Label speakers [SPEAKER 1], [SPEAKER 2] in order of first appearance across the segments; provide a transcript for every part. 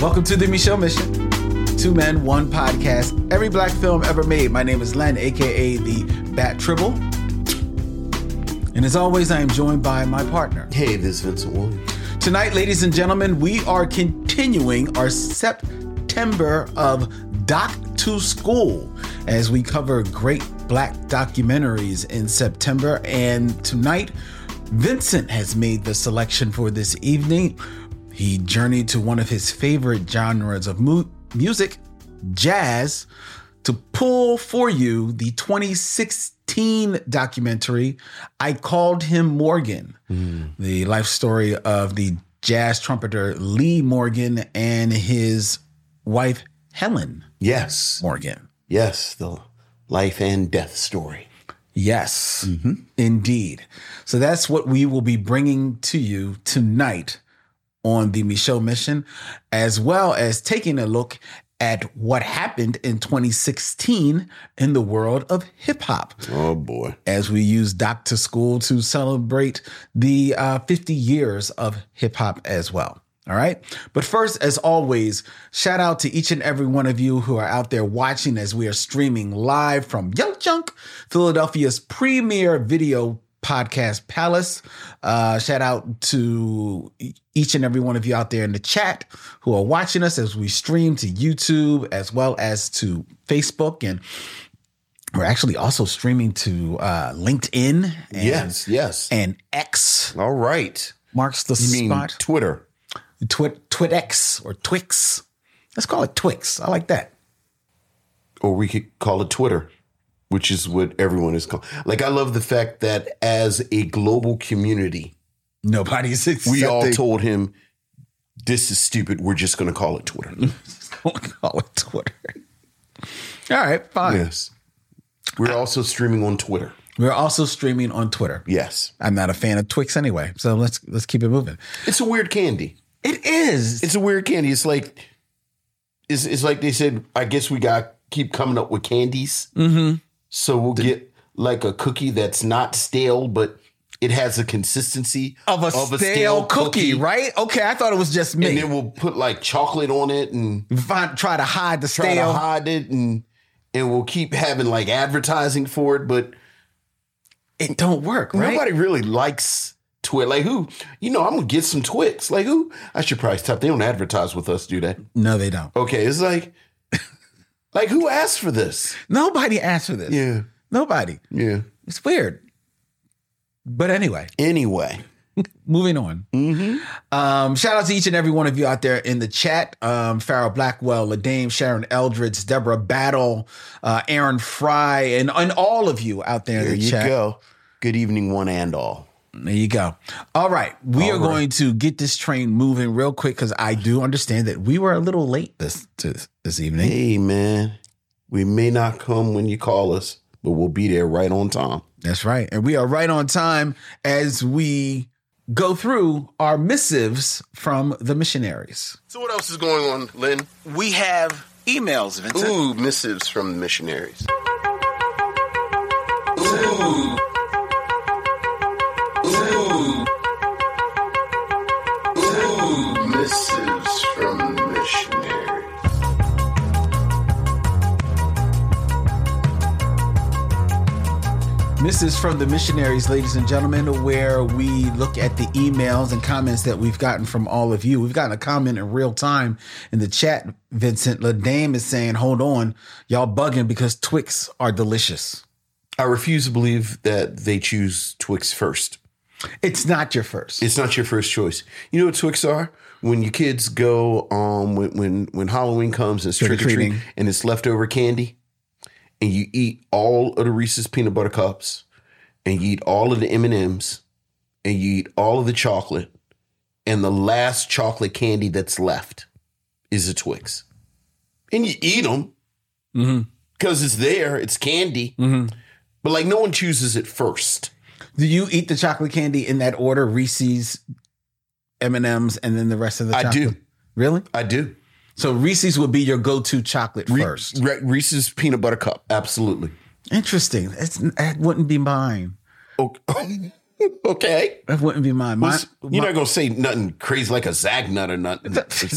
[SPEAKER 1] Welcome to the Michelle Mission. Two men, one podcast. Every black film ever made. My name is Len, aka the Bat Tribble. And as always, I am joined by my partner.
[SPEAKER 2] Hey, this is Vincent Williams.
[SPEAKER 1] Tonight, ladies and gentlemen, we are continuing our September of Doc to School as we cover great black documentaries in September. And tonight, Vincent has made the selection for this evening. He journeyed to one of his favorite genres of mu- music, jazz, to pull for you the 2016 documentary, I Called Him Morgan, the life story of the jazz trumpeter Lee Morgan and his wife, Helen
[SPEAKER 2] Yes,
[SPEAKER 1] Morgan.
[SPEAKER 2] yes, the life and death story.
[SPEAKER 1] Yes, indeed. So that's what we will be bringing to you tonight on the Michelle Mission, as well as taking a look at what happened in 2016 in the world of hip hop,
[SPEAKER 2] Oh boy.
[SPEAKER 1] as we use Doctor School to celebrate the uh, 50 years of hip hop as well. All right. But first, as always, shout out to each and every one of you who are out there watching as we are streaming live from Yo Junk, Philadelphia's premier video podcast palace. Uh, shout out to each and every one of you out there in the chat who are watching us as we stream to YouTube as well as to Facebook. And we're actually also streaming to uh, LinkedIn and,
[SPEAKER 2] yes, yes.
[SPEAKER 1] and X
[SPEAKER 2] All right.
[SPEAKER 1] marks the
[SPEAKER 2] You mean
[SPEAKER 1] spot.
[SPEAKER 2] Twitter?
[SPEAKER 1] Twit Twitx or Twix. Let's call it Twix. I like that.
[SPEAKER 2] or we could call it Twitter, which is what everyone is called. Like I love the fact that as a global community,
[SPEAKER 1] Nobody's
[SPEAKER 2] we all
[SPEAKER 1] accepting-
[SPEAKER 2] told him this is stupid. We're just going to call it Twitter.
[SPEAKER 1] call it Twitter. All right, fine.
[SPEAKER 2] yes. We're also streaming on Twitter.
[SPEAKER 1] We're also streaming on Twitter.
[SPEAKER 2] Yes.
[SPEAKER 1] I'm not a fan of Twix anyway, so let's let's keep it moving.
[SPEAKER 2] It's a weird candy.
[SPEAKER 1] It is.
[SPEAKER 2] It's a weird candy. It's like it's, it's like they said, I guess we got to keep coming up with candies. Mm-hmm. So we'll get like a cookie that's not stale, but it has a consistency
[SPEAKER 1] of a, stale, cookie, right? Okay, I thought it was just
[SPEAKER 2] and
[SPEAKER 1] me.
[SPEAKER 2] then we'll put like chocolate on it and
[SPEAKER 1] Find, try to hide the
[SPEAKER 2] try
[SPEAKER 1] stale.
[SPEAKER 2] to hide it and and we'll keep having like advertising for it but
[SPEAKER 1] It don't work, right?
[SPEAKER 2] nobody really likes twit like who you know i'm gonna get some twits like who i should probably stop they don't advertise with us do they
[SPEAKER 1] No, they don't.
[SPEAKER 2] okay it's like like who asked for this
[SPEAKER 1] Nobody asked for this.
[SPEAKER 2] yeah
[SPEAKER 1] Nobody.
[SPEAKER 2] yeah
[SPEAKER 1] It's weird. But anyway,
[SPEAKER 2] anyway
[SPEAKER 1] moving on.
[SPEAKER 2] Mm-hmm.
[SPEAKER 1] Um, shout out to each and every one of you out there in the chat. Um, Farrell Blackwell, Ladame, Sharon Eldridge, Deborah Battle, uh, Aaron Fry, and, and all of you out there in
[SPEAKER 2] there
[SPEAKER 1] the
[SPEAKER 2] you
[SPEAKER 1] chat.
[SPEAKER 2] go good evening one and all
[SPEAKER 1] There you go. All right. We
[SPEAKER 2] All
[SPEAKER 1] are
[SPEAKER 2] right.
[SPEAKER 1] going to get this train moving real quick because I do understand that we were a little late this to, this evening.
[SPEAKER 2] hey man we may not come when you call us but we'll be there right on time
[SPEAKER 1] That's right. And we are right on time as we go through our missives from the missionaries.
[SPEAKER 2] so what else is going on lynn
[SPEAKER 1] We have emails, Vincent.
[SPEAKER 2] Ooh, missives from the missionaries. Ooh. Ooh. Ooh, missives from the missionaries.
[SPEAKER 1] This is from the missionaries, ladies and gentlemen, where we look at the emails and comments that we've gotten from all of you. We've gotten a comment in real time in the chat. Vincent Ladame is saying, "Hold on, y'all bugging because Twix are delicious.
[SPEAKER 2] I refuse to believe that they choose Twix first.
[SPEAKER 1] It's not your first.
[SPEAKER 2] It's not your first choice. You know what Twix are? When your kids go, um, when when, when Halloween comes and it's trick or treat
[SPEAKER 1] Trick-or-treating.
[SPEAKER 2] and it's leftover candy, and you eat all of the Reese's peanut butter cups, and you eat all of the M and M's, and you eat all of the chocolate, and the last chocolate candy that's left is a Twix, and you eat them because it's there, it's candy, but like no one chooses it first.
[SPEAKER 1] Do you eat the chocolate candy in that order? Reese's, M and M's, and then the rest of the.
[SPEAKER 2] I
[SPEAKER 1] chocolate?
[SPEAKER 2] do.
[SPEAKER 1] Really?
[SPEAKER 2] I do.
[SPEAKER 1] So Reese's would be your go-to chocolate first.
[SPEAKER 2] Re- Reese's peanut butter cup. Absolutely.
[SPEAKER 1] Interesting. It's, that wouldn't be mine.
[SPEAKER 2] Okay. Okay.
[SPEAKER 1] That wouldn't be mine. Mine-
[SPEAKER 2] You're not gonna say nothing crazy like a Zag Nut or nothing.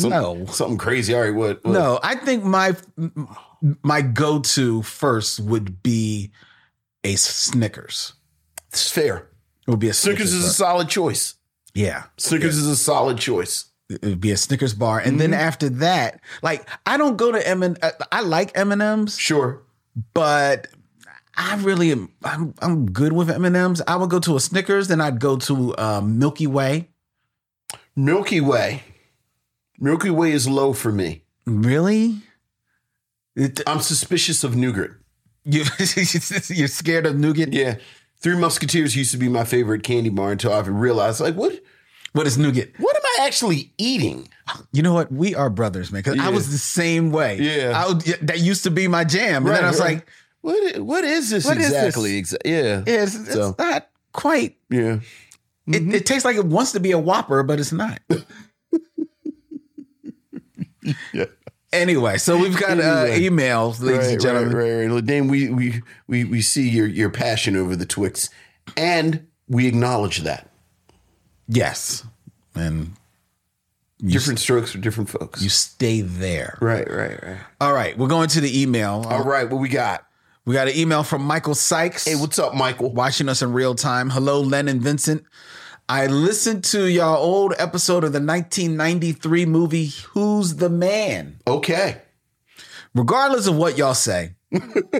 [SPEAKER 1] No.
[SPEAKER 2] something crazy. All right, what? what-
[SPEAKER 1] No, I think my my go to first would be a Snickers.
[SPEAKER 2] it's fair.
[SPEAKER 1] It would be a Snickers.
[SPEAKER 2] Snickers is a
[SPEAKER 1] bar.
[SPEAKER 2] solid choice.
[SPEAKER 1] yeah,
[SPEAKER 2] Snickers is a solid choice.
[SPEAKER 1] it would be a Snickers bar, and then
[SPEAKER 2] Mm-hmm.
[SPEAKER 1] after that, like I don't go to M and uh, I like M and M's,
[SPEAKER 2] Sure.
[SPEAKER 1] but I really am. I'm I'm good with M and M's. I would go to a Snickers, then I'd go to um, Milky Way.
[SPEAKER 2] Milky Way. Milky Way is low for me.
[SPEAKER 1] Really? It-
[SPEAKER 2] I'm suspicious of nougat.
[SPEAKER 1] you, you're scared of nougat?
[SPEAKER 2] Yeah. Three Musketeers used to be my favorite candy bar until I realized, like, what
[SPEAKER 1] What is nougat?
[SPEAKER 2] what am I actually eating?
[SPEAKER 1] You know what? We are brothers, man. Because I
[SPEAKER 2] Yeah.
[SPEAKER 1] was the same way.
[SPEAKER 2] Yeah.
[SPEAKER 1] I would, that used to be my jam, and
[SPEAKER 2] Right,
[SPEAKER 1] then I was
[SPEAKER 2] right.
[SPEAKER 1] like,
[SPEAKER 2] What i- what is this
[SPEAKER 1] What is this?
[SPEAKER 2] exactly? Exa- yeah.
[SPEAKER 1] yeah, it's, it's
[SPEAKER 2] So- Mm-hmm.
[SPEAKER 1] not quite.
[SPEAKER 2] Yeah.
[SPEAKER 1] It, it tastes like it wants to be a Whopper, but it's not.
[SPEAKER 2] Yeah.
[SPEAKER 1] Anyway, so we've got uh,
[SPEAKER 2] Anyway.
[SPEAKER 1] emails, ladies
[SPEAKER 2] right,
[SPEAKER 1] and gentlemen.
[SPEAKER 2] Right, right, right. Well, Dan, we, we we we see your your passion over the Twix, and we acknowledge that.
[SPEAKER 1] Yes, and you,
[SPEAKER 2] Different strokes for different folks.
[SPEAKER 1] you stay there.
[SPEAKER 2] right, right, right.
[SPEAKER 1] All right, we're going to the email.
[SPEAKER 2] All right, what we got?
[SPEAKER 1] We got an email from Michael Sykes.
[SPEAKER 2] Hey, what's up, Michael?
[SPEAKER 1] watching us in real time. Hello, Len and Vincent. I listened to y'all old episode of the 1993 movie Who's the Man.
[SPEAKER 2] Okay.
[SPEAKER 1] Regardless of what y'all say,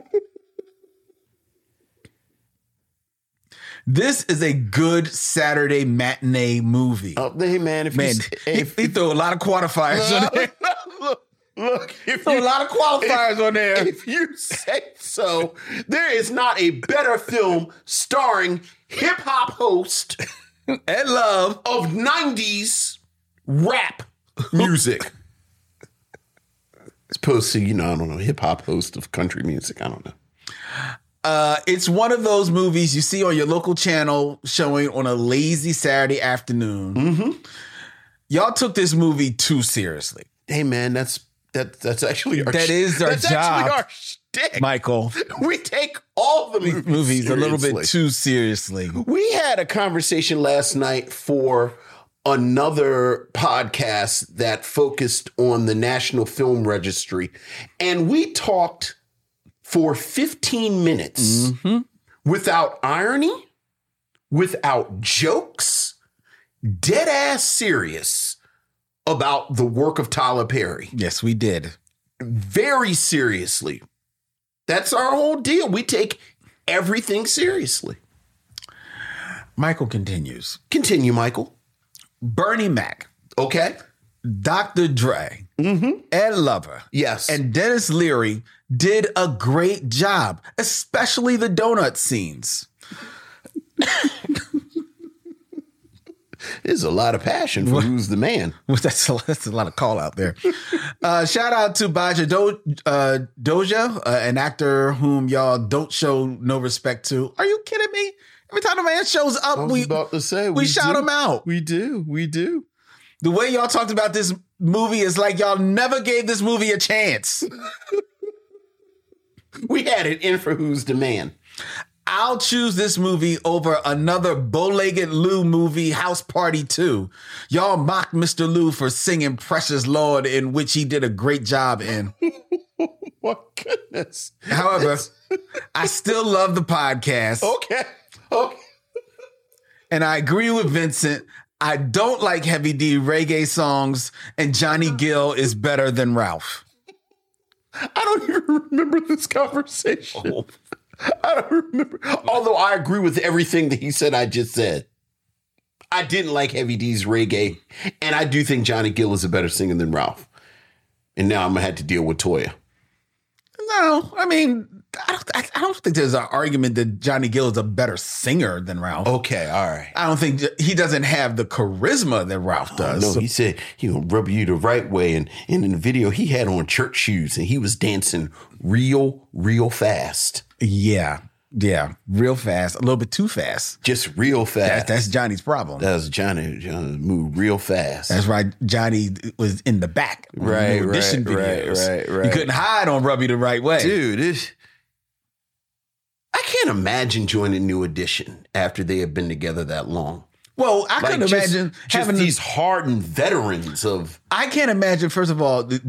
[SPEAKER 1] this is a good Saturday matinee movie.
[SPEAKER 2] Oh, hey, man. If
[SPEAKER 1] Man,
[SPEAKER 2] you, s-
[SPEAKER 1] he,
[SPEAKER 2] if,
[SPEAKER 1] he threw a lot of qualifiers on there.
[SPEAKER 2] look, look, if
[SPEAKER 1] Threw a
[SPEAKER 2] you,
[SPEAKER 1] lot of qualifiers on there.
[SPEAKER 2] if you say so, there is not a better film starring hip hop host
[SPEAKER 1] And love.
[SPEAKER 2] of '90s rap music. As opposed to you know, I don't know, hip hop host of country music. I don't know.
[SPEAKER 1] Uh, it's one of those movies you see on your local channel showing on a lazy Saturday afternoon. Y'all took this movie too seriously,
[SPEAKER 2] Hey, man, that's that. That's actually our
[SPEAKER 1] That is our
[SPEAKER 2] that's actually
[SPEAKER 1] job.
[SPEAKER 2] our shtick.
[SPEAKER 1] Michael.
[SPEAKER 2] we take all the movies,
[SPEAKER 1] Movies a little
[SPEAKER 2] seriously.
[SPEAKER 1] bit too seriously.
[SPEAKER 2] We had a conversation last night for another podcast that focused on the National Film Registry, and we talked for 15
[SPEAKER 1] Mm-hmm.
[SPEAKER 2] minutes without irony, without jokes, dead ass serious about the work of Tyler Perry
[SPEAKER 1] Yes, we did.
[SPEAKER 2] very seriously. That's our whole deal. We take everything seriously.
[SPEAKER 1] Michael continues.
[SPEAKER 2] Continue, Michael.
[SPEAKER 1] Bernie Mac,
[SPEAKER 2] Okay.
[SPEAKER 1] Dr. Dre, Ed Lover,
[SPEAKER 2] Yes.
[SPEAKER 1] and Dennis Leary did a great job, especially the donut scenes.
[SPEAKER 2] there's a lot of passion for who's the man.
[SPEAKER 1] Well, That's a, that's a lot of call out there. uh, shout out to Baja Do- uh, Doja, uh, an actor whom y'all don't show no respect to. Are you kidding me? Every time the man shows up, we
[SPEAKER 2] to say
[SPEAKER 1] we, shout him out.
[SPEAKER 2] We do. We do.
[SPEAKER 1] The way y'all talked about this movie is like y'all never gave this movie a chance.
[SPEAKER 2] We had it in for who's the man.
[SPEAKER 1] I'll choose this movie over another bow-legged Lou movie, House Party 2. Y'all mocked Mr. Lou for singing Precious Lord, in which he did a great job in.
[SPEAKER 2] My goodness.
[SPEAKER 1] However, I still love the podcast.
[SPEAKER 2] Okay. Okay.
[SPEAKER 1] And I agree with Vincent. I don't like Heavy D reggae songs, and Johnny Gill is better than Ralph.
[SPEAKER 2] I don't even remember this conversation. I don't remember. Although I agree with everything that he said, I just said. I didn't like Heavy D's reggae, and I do think Johnny Gill is a better singer than Ralph. And now I'm gonna have to deal with Toya.
[SPEAKER 1] No, I mean, I don't, I- I don't think there's an argument that Johnny Gill is a better singer than Ralph.
[SPEAKER 2] Okay, all right.
[SPEAKER 1] I don't think he doesn't have the charisma that Ralph does.
[SPEAKER 2] No, he said he gonna rub you the right way, and, and in the video he had on church shoes, and he was dancing real, real fast,
[SPEAKER 1] yeah, yeah, real fast, a little bit too fast.
[SPEAKER 2] just real
[SPEAKER 1] That's,
[SPEAKER 2] fast.
[SPEAKER 1] that's Johnny's problem.
[SPEAKER 2] that was Johnny. Johnny moved real fast.
[SPEAKER 1] That's why Johnny was in the back. on the
[SPEAKER 2] Right,
[SPEAKER 1] new edition
[SPEAKER 2] right, right, right,
[SPEAKER 1] You
[SPEAKER 2] right.
[SPEAKER 1] couldn't hide on Rubby the right way.
[SPEAKER 2] dude. It, I can't can't imagine joining New Edition after they have been together that long.
[SPEAKER 1] Well, I
[SPEAKER 2] Like,
[SPEAKER 1] couldn't
[SPEAKER 2] just-
[SPEAKER 1] imagine
[SPEAKER 2] just
[SPEAKER 1] having
[SPEAKER 2] these hardened veterans of
[SPEAKER 1] I can't imagine, first of all, th-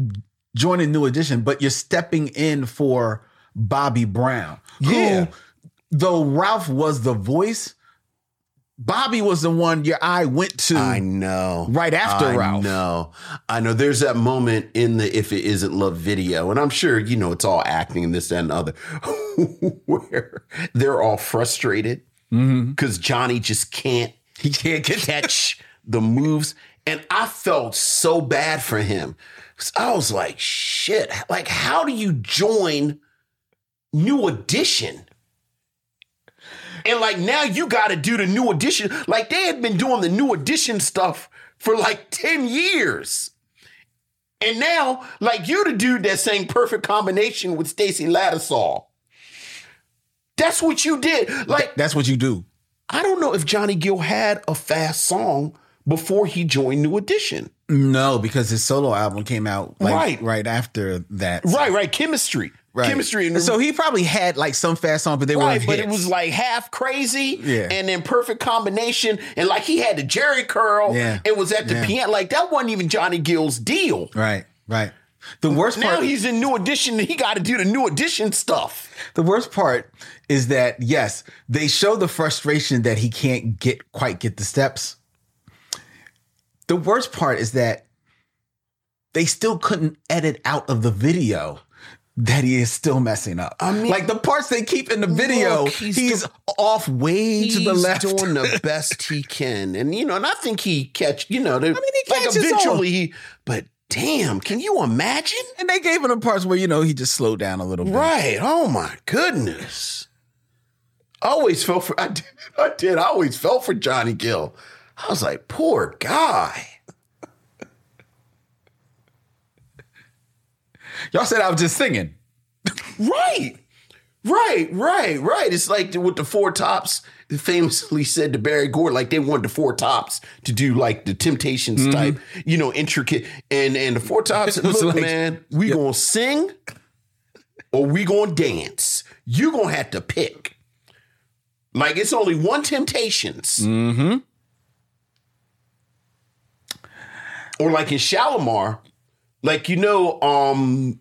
[SPEAKER 1] joining New Edition, but you're stepping in for Bobby Brown.
[SPEAKER 2] Yeah.
[SPEAKER 1] Who, though Ralph was the voice, Bobby was the one your eye went to.
[SPEAKER 2] I know.
[SPEAKER 1] Right after
[SPEAKER 2] I
[SPEAKER 1] Ralph.
[SPEAKER 2] know. I know. There's that moment in the If It Isn't Love video, and I'm sure, you know, it's all acting and this, that, and the other, where they're all frustrated
[SPEAKER 1] Mm-hmm.
[SPEAKER 2] because Johnny just can't
[SPEAKER 1] he can't get
[SPEAKER 2] catch the moves. And I felt so bad for him. 'Cause I was like, shit, like, how do you join New Edition? And like, now you got to do the New Edition. Like, they had been doing the New Edition stuff for like 10 years. And now, like, you're the dude that sang Perfect Combination with Stacy Lattisall. That's what you did. Like,
[SPEAKER 1] That's what you do.
[SPEAKER 2] I don't know if Johnny Gill had a fast song before he joined New Edition.
[SPEAKER 1] No, because his solo album came out like,
[SPEAKER 2] Right.
[SPEAKER 1] right. after that.
[SPEAKER 2] Right, right. Chemistry.
[SPEAKER 1] Right.
[SPEAKER 2] Chemistry.
[SPEAKER 1] And so he probably had like some fast song, but they
[SPEAKER 2] right,
[SPEAKER 1] weren't
[SPEAKER 2] but it
[SPEAKER 1] hits.
[SPEAKER 2] was like half crazy
[SPEAKER 1] Yeah.
[SPEAKER 2] and then perfect combination. And like he had the Jerry curl.
[SPEAKER 1] Yeah.
[SPEAKER 2] It was at the
[SPEAKER 1] Yeah.
[SPEAKER 2] piano. Like that wasn't even Johnny Gill's deal.
[SPEAKER 1] right, right. The worst
[SPEAKER 2] Now
[SPEAKER 1] part
[SPEAKER 2] he's in New Edition and he got to do the New Edition stuff.
[SPEAKER 1] The worst part is that yes, they show the frustration that he can't get quite get the steps. The worst part is that they still couldn't edit out of the video that he is still messing up. I
[SPEAKER 2] mean-
[SPEAKER 1] like the parts they keep in the video,
[SPEAKER 2] Look, he's
[SPEAKER 1] he's, off way to the left.
[SPEAKER 2] doing the best he can, and you know, and I think he catch. You know, I mean,
[SPEAKER 1] he
[SPEAKER 2] like
[SPEAKER 1] catches on.
[SPEAKER 2] eventually, he. But damn, can you imagine?
[SPEAKER 1] and they gave him the parts where you know he just slowed down a little bit.
[SPEAKER 2] Right. Oh my goodness. I always felt for I did I did. I always felt for Johnny Gill. I was like, poor guy.
[SPEAKER 1] Y'all said I was just singing.
[SPEAKER 2] Right. Right, right, right. It's like with the four tops famously said to Barry Gordy, like they wanted the four tops to do like the Temptations type, you know, intricate and and the four tops.
[SPEAKER 1] Mm-hmm. It was
[SPEAKER 2] Look,
[SPEAKER 1] like-
[SPEAKER 2] man, we gonna sing or we gonna dance. You gonna have to pick. Like it's only one Temptations.
[SPEAKER 1] Mm-hmm.
[SPEAKER 2] Or like in Shalimar, like you know, um,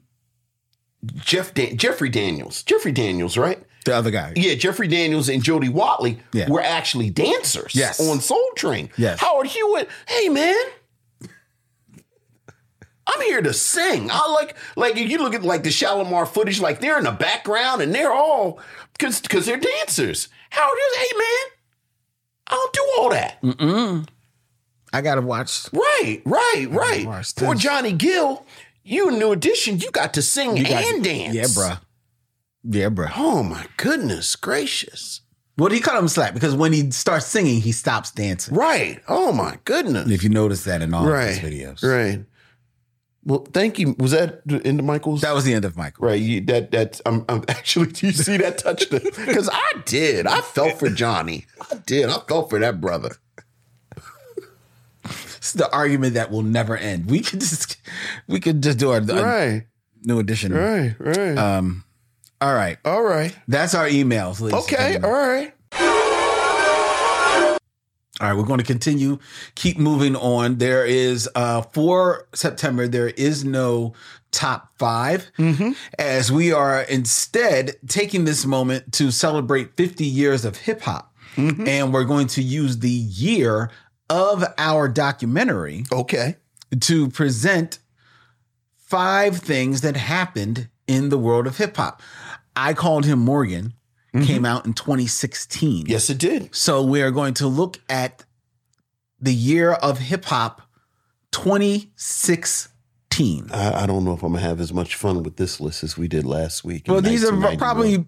[SPEAKER 2] Jeff Dan- Jeffrey Daniels, Jeffrey Daniels, right?
[SPEAKER 1] The other guy.
[SPEAKER 2] Yeah, Jeffrey Daniels and Jody Watley
[SPEAKER 1] Yeah.
[SPEAKER 2] were actually dancers
[SPEAKER 1] Yes.
[SPEAKER 2] on Soul Train.
[SPEAKER 1] Yes.
[SPEAKER 2] Howard Hewitt, hey man. I'm here to sing. I like like if you look at like the Shalimar footage, like they're in the background and they're all cause cause they're dancers. Howard is, hey man, I don't do all that.
[SPEAKER 1] Mm. I gotta watch.
[SPEAKER 2] Right, right,
[SPEAKER 1] Marsh,
[SPEAKER 2] right. Poor
[SPEAKER 1] this-
[SPEAKER 2] Johnny Gill, you in new edition, you got to sing
[SPEAKER 1] You got-
[SPEAKER 2] and dance.
[SPEAKER 1] Yeah, bruh. Yeah, bruh.
[SPEAKER 2] Oh my goodness gracious.
[SPEAKER 1] Well, he cut him slack because when he starts singing, he stops dancing.
[SPEAKER 2] Right. Oh my goodness.
[SPEAKER 1] If you notice that in all
[SPEAKER 2] right.
[SPEAKER 1] of his videos,
[SPEAKER 2] Right. Well, thank you. Was that the end of Michael's?
[SPEAKER 1] that was the end of Michael.
[SPEAKER 2] right. You, that that's I'm, I'm actually. Do you see that touchdown? Because I did. I felt for Johnny. I did. I felt for that brother.
[SPEAKER 1] It's the argument that will never end. We could just, we could just do our a
[SPEAKER 2] Right.
[SPEAKER 1] new edition.
[SPEAKER 2] Right. Right.
[SPEAKER 1] Um, all right,
[SPEAKER 2] all right.
[SPEAKER 1] that's our emails. ladies and
[SPEAKER 2] Okay.
[SPEAKER 1] gentlemen.
[SPEAKER 2] All right.
[SPEAKER 1] All right, we're going to continue. Keep moving on. There is uh for September. There is no top 5 as we are instead taking this moment to celebrate 50 years of hip hop, and we're going to use the year of our documentary
[SPEAKER 2] Okay.
[SPEAKER 1] to present five things that happened in the world of hip hop. I called him Morgan. Came out in 2016.
[SPEAKER 2] Yes, it did.
[SPEAKER 1] So we are going to look at the year of hip hop 2016.
[SPEAKER 2] I, I don't know if I'm gonna have as much fun with this list as we did last week. in
[SPEAKER 1] well, these are
[SPEAKER 2] 1991.
[SPEAKER 1] probably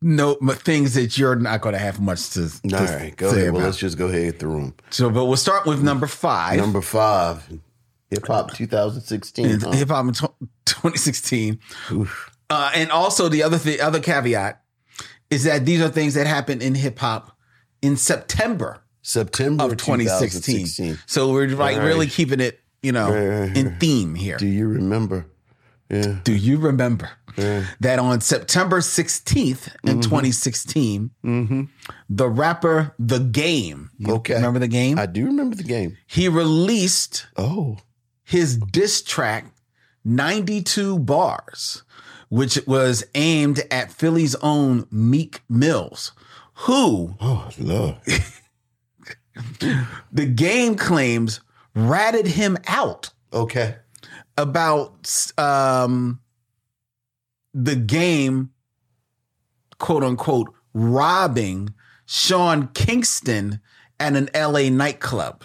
[SPEAKER 1] no m- things that you're not going to have much to, to
[SPEAKER 2] All right, go
[SPEAKER 1] say
[SPEAKER 2] ahead.
[SPEAKER 1] about.
[SPEAKER 2] Well, let's just go ahead through them.
[SPEAKER 1] so, but we'll start with number five.
[SPEAKER 2] Number five, hip hop 2016. huh?
[SPEAKER 1] hip hop in tw 2016. Uh, and also the other the other caveat is that these are things that happened in hip hop in September
[SPEAKER 2] September
[SPEAKER 1] of 2016.
[SPEAKER 2] 2016.
[SPEAKER 1] So we're like
[SPEAKER 2] All right.
[SPEAKER 1] really keeping it, you know,
[SPEAKER 2] Right, right,
[SPEAKER 1] in theme here.
[SPEAKER 2] Do you remember Yeah.
[SPEAKER 1] Do you remember
[SPEAKER 2] Yeah. Mm-hmm.
[SPEAKER 1] that on September 16th in 2016, the rapper The Game, you
[SPEAKER 2] Okay.
[SPEAKER 1] remember The Game?
[SPEAKER 2] I do remember the game.
[SPEAKER 1] he released
[SPEAKER 2] Oh.
[SPEAKER 1] his diss track 92 bars which was aimed at Philly's own Meek Mills who
[SPEAKER 2] Oh, love.
[SPEAKER 1] the game claims ratted him out
[SPEAKER 2] Okay.
[SPEAKER 1] about um the game quote unquote robbing Sean Kingston at an LA nightclub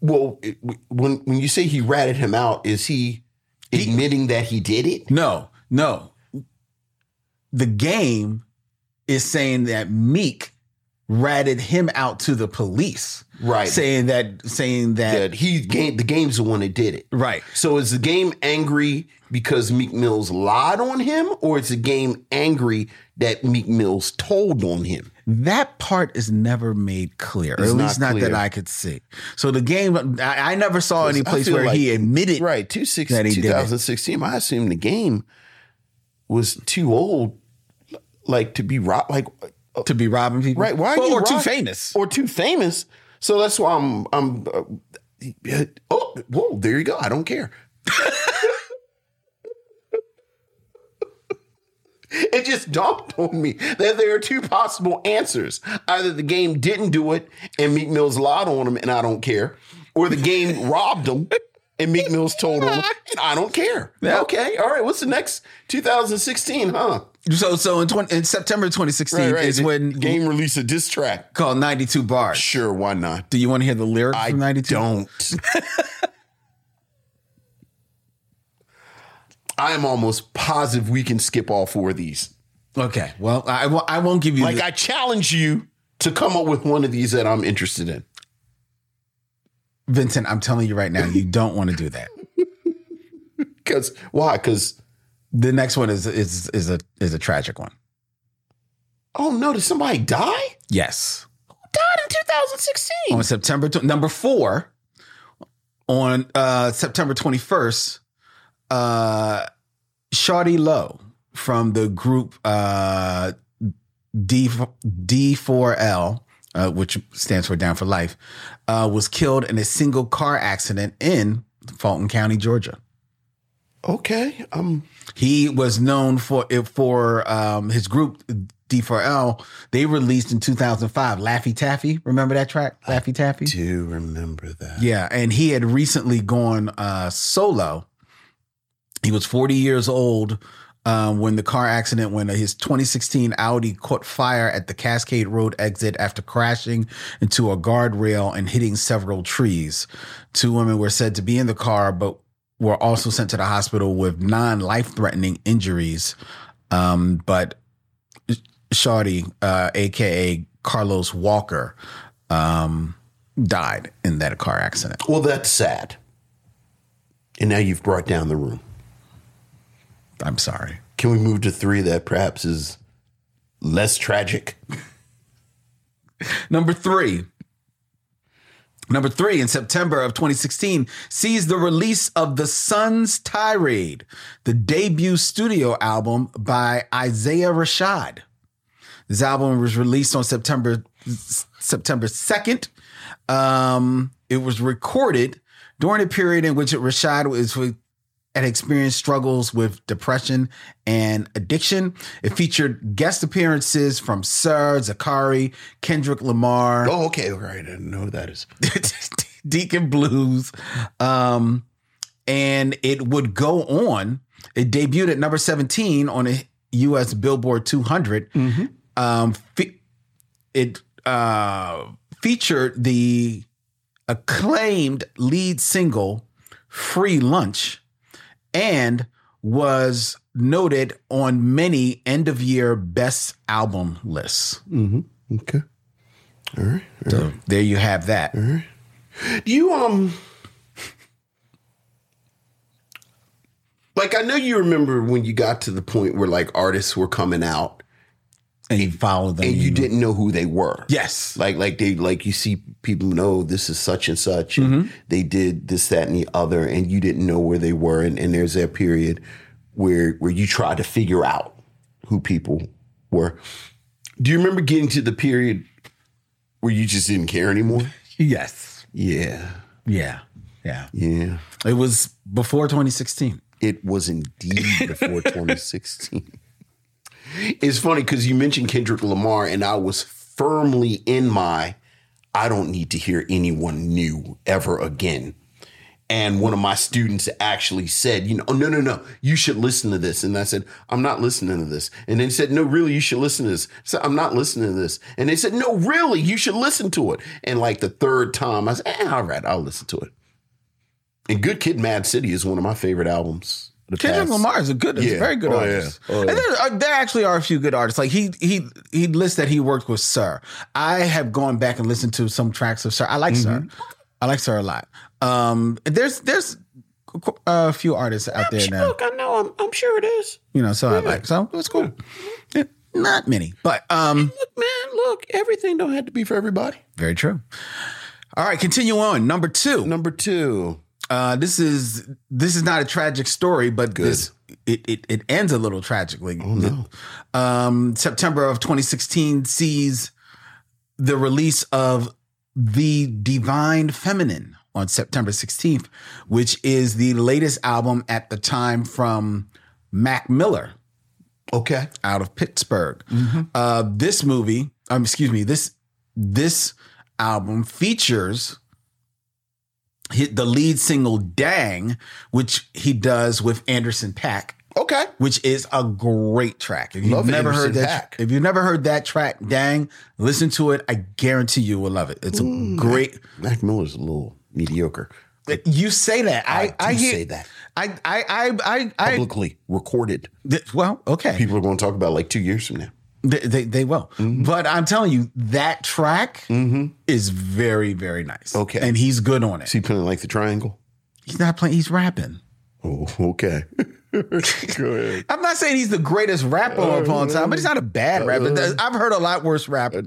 [SPEAKER 2] Well, it, when when you say he ratted him out, is he admitting that he did it?
[SPEAKER 1] No, no. The game is saying that Meek ratted him out to the police.
[SPEAKER 2] Right.
[SPEAKER 1] Saying that saying that,
[SPEAKER 2] That he game the game's the one that did it.
[SPEAKER 1] right.
[SPEAKER 2] So is the game angry because Meek Mills lied on him, or is the game angry that Meek Mills told on him?
[SPEAKER 1] That part is never made clear. Or
[SPEAKER 2] It's
[SPEAKER 1] at least
[SPEAKER 2] not
[SPEAKER 1] not that
[SPEAKER 2] clear.
[SPEAKER 1] I could see. So the game I, I never saw any
[SPEAKER 2] I
[SPEAKER 1] place
[SPEAKER 2] feel
[SPEAKER 1] where he
[SPEAKER 2] like-
[SPEAKER 1] admitted
[SPEAKER 2] Right, two six,
[SPEAKER 1] That he did it.
[SPEAKER 2] 2016. I assume the game was too old, like to be robbed. Like
[SPEAKER 1] to be robbing people.
[SPEAKER 2] Right? Why are
[SPEAKER 1] Or,
[SPEAKER 2] you
[SPEAKER 1] or too
[SPEAKER 2] rock-
[SPEAKER 1] famous.
[SPEAKER 2] Or too famous? So that's why I'm. I'm. Uh, oh, whoa! There you go. I don't care. it just dawned on me that there are two possible answers: either the game didn't do it and Meek Mills lied on him, and I don't care, or the game robbed him. And Meek Mills told on him, and I don't care.
[SPEAKER 1] Yeah.
[SPEAKER 2] Okay, all right. What's the next 2016? Huh?
[SPEAKER 1] so so in 20, in September 2016 is
[SPEAKER 2] The
[SPEAKER 1] when
[SPEAKER 2] game released a diss track.
[SPEAKER 1] called 92 bars.
[SPEAKER 2] Sure, why not?
[SPEAKER 1] Do you want to hear the lyrics
[SPEAKER 2] I
[SPEAKER 1] from 92?
[SPEAKER 2] don't. I am almost positive we can skip all four of these.
[SPEAKER 1] Okay. Well, I, w- I won't give you
[SPEAKER 2] Like
[SPEAKER 1] the-
[SPEAKER 2] I challenge you to come up with one of these that I'm interested in.
[SPEAKER 1] Vincent, I'm telling you right now, you don't want to do that.
[SPEAKER 2] Because why? Because
[SPEAKER 1] The next one is is is a is a tragic one.
[SPEAKER 2] oh no, did somebody die?
[SPEAKER 1] Yes,
[SPEAKER 2] Died in 2016.
[SPEAKER 1] on September tw- number four, on uh, September 21st, uh, Shawty Lowe from the group uh, D D4L, uh, which stands for Down for Life, uh, was killed in a single car accident in Fulton County, Georgia.
[SPEAKER 2] Okay, um,
[SPEAKER 1] He was known for for um, his group D4L. They released in 2005 Laffy Taffy. Remember that track, Laffy Taffy?
[SPEAKER 2] do remember that.
[SPEAKER 1] Yeah, and he had recently gone uh, solo. He was 40 years old um, when the car accident, when his 2016 Audi caught fire at the Cascade Road exit after crashing into a guardrail and hitting several trees. Two women were said to be in the car, but were also sent to the hospital with non life threatening injuries. Um, but Shawty, uh, aka Carlos Walker, um, died in that car accident.
[SPEAKER 2] Well, that's sad. And now you've brought down the room.
[SPEAKER 1] I'm sorry.
[SPEAKER 2] Can we move to three that perhaps is less tragic?
[SPEAKER 1] Number three. Number three, in September of 2016, sees the release of The Sun's Tirade, the debut studio album by Isaiah Rashad. This album was released on September September 2nd. Um, it was recorded during a period in which Rashad was with had experienced struggles with depression and addiction. It featured guest appearances from Sir, Zakari, Kendrick Lamar,
[SPEAKER 2] Oh, okay, all right. I didn't know who that is.
[SPEAKER 1] Deacon Blues. Um, and it would go on. It debuted at number 17 on a US Billboard 200.
[SPEAKER 2] Mm-hmm.
[SPEAKER 1] Um, fe- it uh, featured the acclaimed lead single, Free Lunch, and was noted on many end of year best album lists.
[SPEAKER 2] Okay. All right.
[SPEAKER 1] So
[SPEAKER 2] Mm-hmm.
[SPEAKER 1] there you have that.
[SPEAKER 2] Do you um like I know you remember when you got to the point where like artists were coming out
[SPEAKER 1] and you follow them.
[SPEAKER 2] and you didn't know who they were.
[SPEAKER 1] Yes.
[SPEAKER 2] Like like they like you see people who know this is such and such and they did this, that, and the other, and you didn't know where they were. And, and there's that period where where you try to figure out who people were. Do you remember getting to the period where you just didn't care anymore?
[SPEAKER 1] Yes.
[SPEAKER 2] Yeah.
[SPEAKER 1] Yeah. Yeah.
[SPEAKER 2] Yeah.
[SPEAKER 1] It was before 2016.
[SPEAKER 2] It was indeed before 2016. It's funny because you mentioned Kendrick Lamar, and I was firmly in my I don't need to hear anyone new ever again. And one of my students actually said, You know, oh, no, no, no, you should listen to this. And I said, I'm not listening to this. And they said, No, really, you should listen to this. I said, I'm not listening to this. And they said, No, really, you should listen to it. And like the third time, I said, eh, All right, I'll listen to it. And Good Kid Mad City is one of my favorite albums. of the
[SPEAKER 1] Kendrick
[SPEAKER 2] past.
[SPEAKER 1] Lamar is a good, is a
[SPEAKER 2] Yeah.
[SPEAKER 1] very good
[SPEAKER 2] Oh,
[SPEAKER 1] artist.
[SPEAKER 2] yeah. Oh,
[SPEAKER 1] And
[SPEAKER 2] yeah.
[SPEAKER 1] there, are, there actually are a few good artists. Like he he he lists that he worked with Sir. I have gone back and listened to some tracks of Sir. I like Sir.
[SPEAKER 2] Mm-hmm.
[SPEAKER 1] I like Sir a lot. Um, there's there's uh, a few artists out there now.
[SPEAKER 2] I know. I'm, I'm sure it is.
[SPEAKER 1] You know, so I like so it's cool. Yeah, Not many, but um,
[SPEAKER 2] Look, man, look, everything don't have to be for everybody.
[SPEAKER 1] very true. All right, continue on. Number two.
[SPEAKER 2] Number two.
[SPEAKER 1] Uh, this is this is not a tragic story, but this it, it it ends a little tragically.
[SPEAKER 2] Oh,
[SPEAKER 1] Um, September of 2016 sees the release of the Divine Feminine on September 16th, which is the latest album at the time from Mac Miller
[SPEAKER 2] Okay.
[SPEAKER 1] out of Pittsburgh. Uh, this movie, um, excuse me, this this album features hit the lead single "Dang," which he does with Anderson Pack,
[SPEAKER 2] Okay.
[SPEAKER 1] which is a great track. If you've
[SPEAKER 2] Love
[SPEAKER 1] never
[SPEAKER 2] Anderson
[SPEAKER 1] heard that,
[SPEAKER 2] Paak.
[SPEAKER 1] if you've never heard that track "Dang," listen to it. I guarantee you will love it. It's a great.
[SPEAKER 2] Mac Miller's a little mediocre.
[SPEAKER 1] You say that. I
[SPEAKER 2] do
[SPEAKER 1] I, hear,
[SPEAKER 2] say that
[SPEAKER 1] I I I I, I
[SPEAKER 2] publicly recorded.
[SPEAKER 1] th- well okay.
[SPEAKER 2] People are going to talk about it like two years from now.
[SPEAKER 1] They, they, they will. But I'm telling you, that track is very, very nice.
[SPEAKER 2] Okay.
[SPEAKER 1] And he's good on it.
[SPEAKER 2] Is he playing like the triangle?
[SPEAKER 1] He's not playing, he's rapping.
[SPEAKER 2] Oh, okay. Go ahead.
[SPEAKER 1] I'm not saying he's the greatest rapper of all time, but he's not a bad rapper. I've heard a lot worse rappers.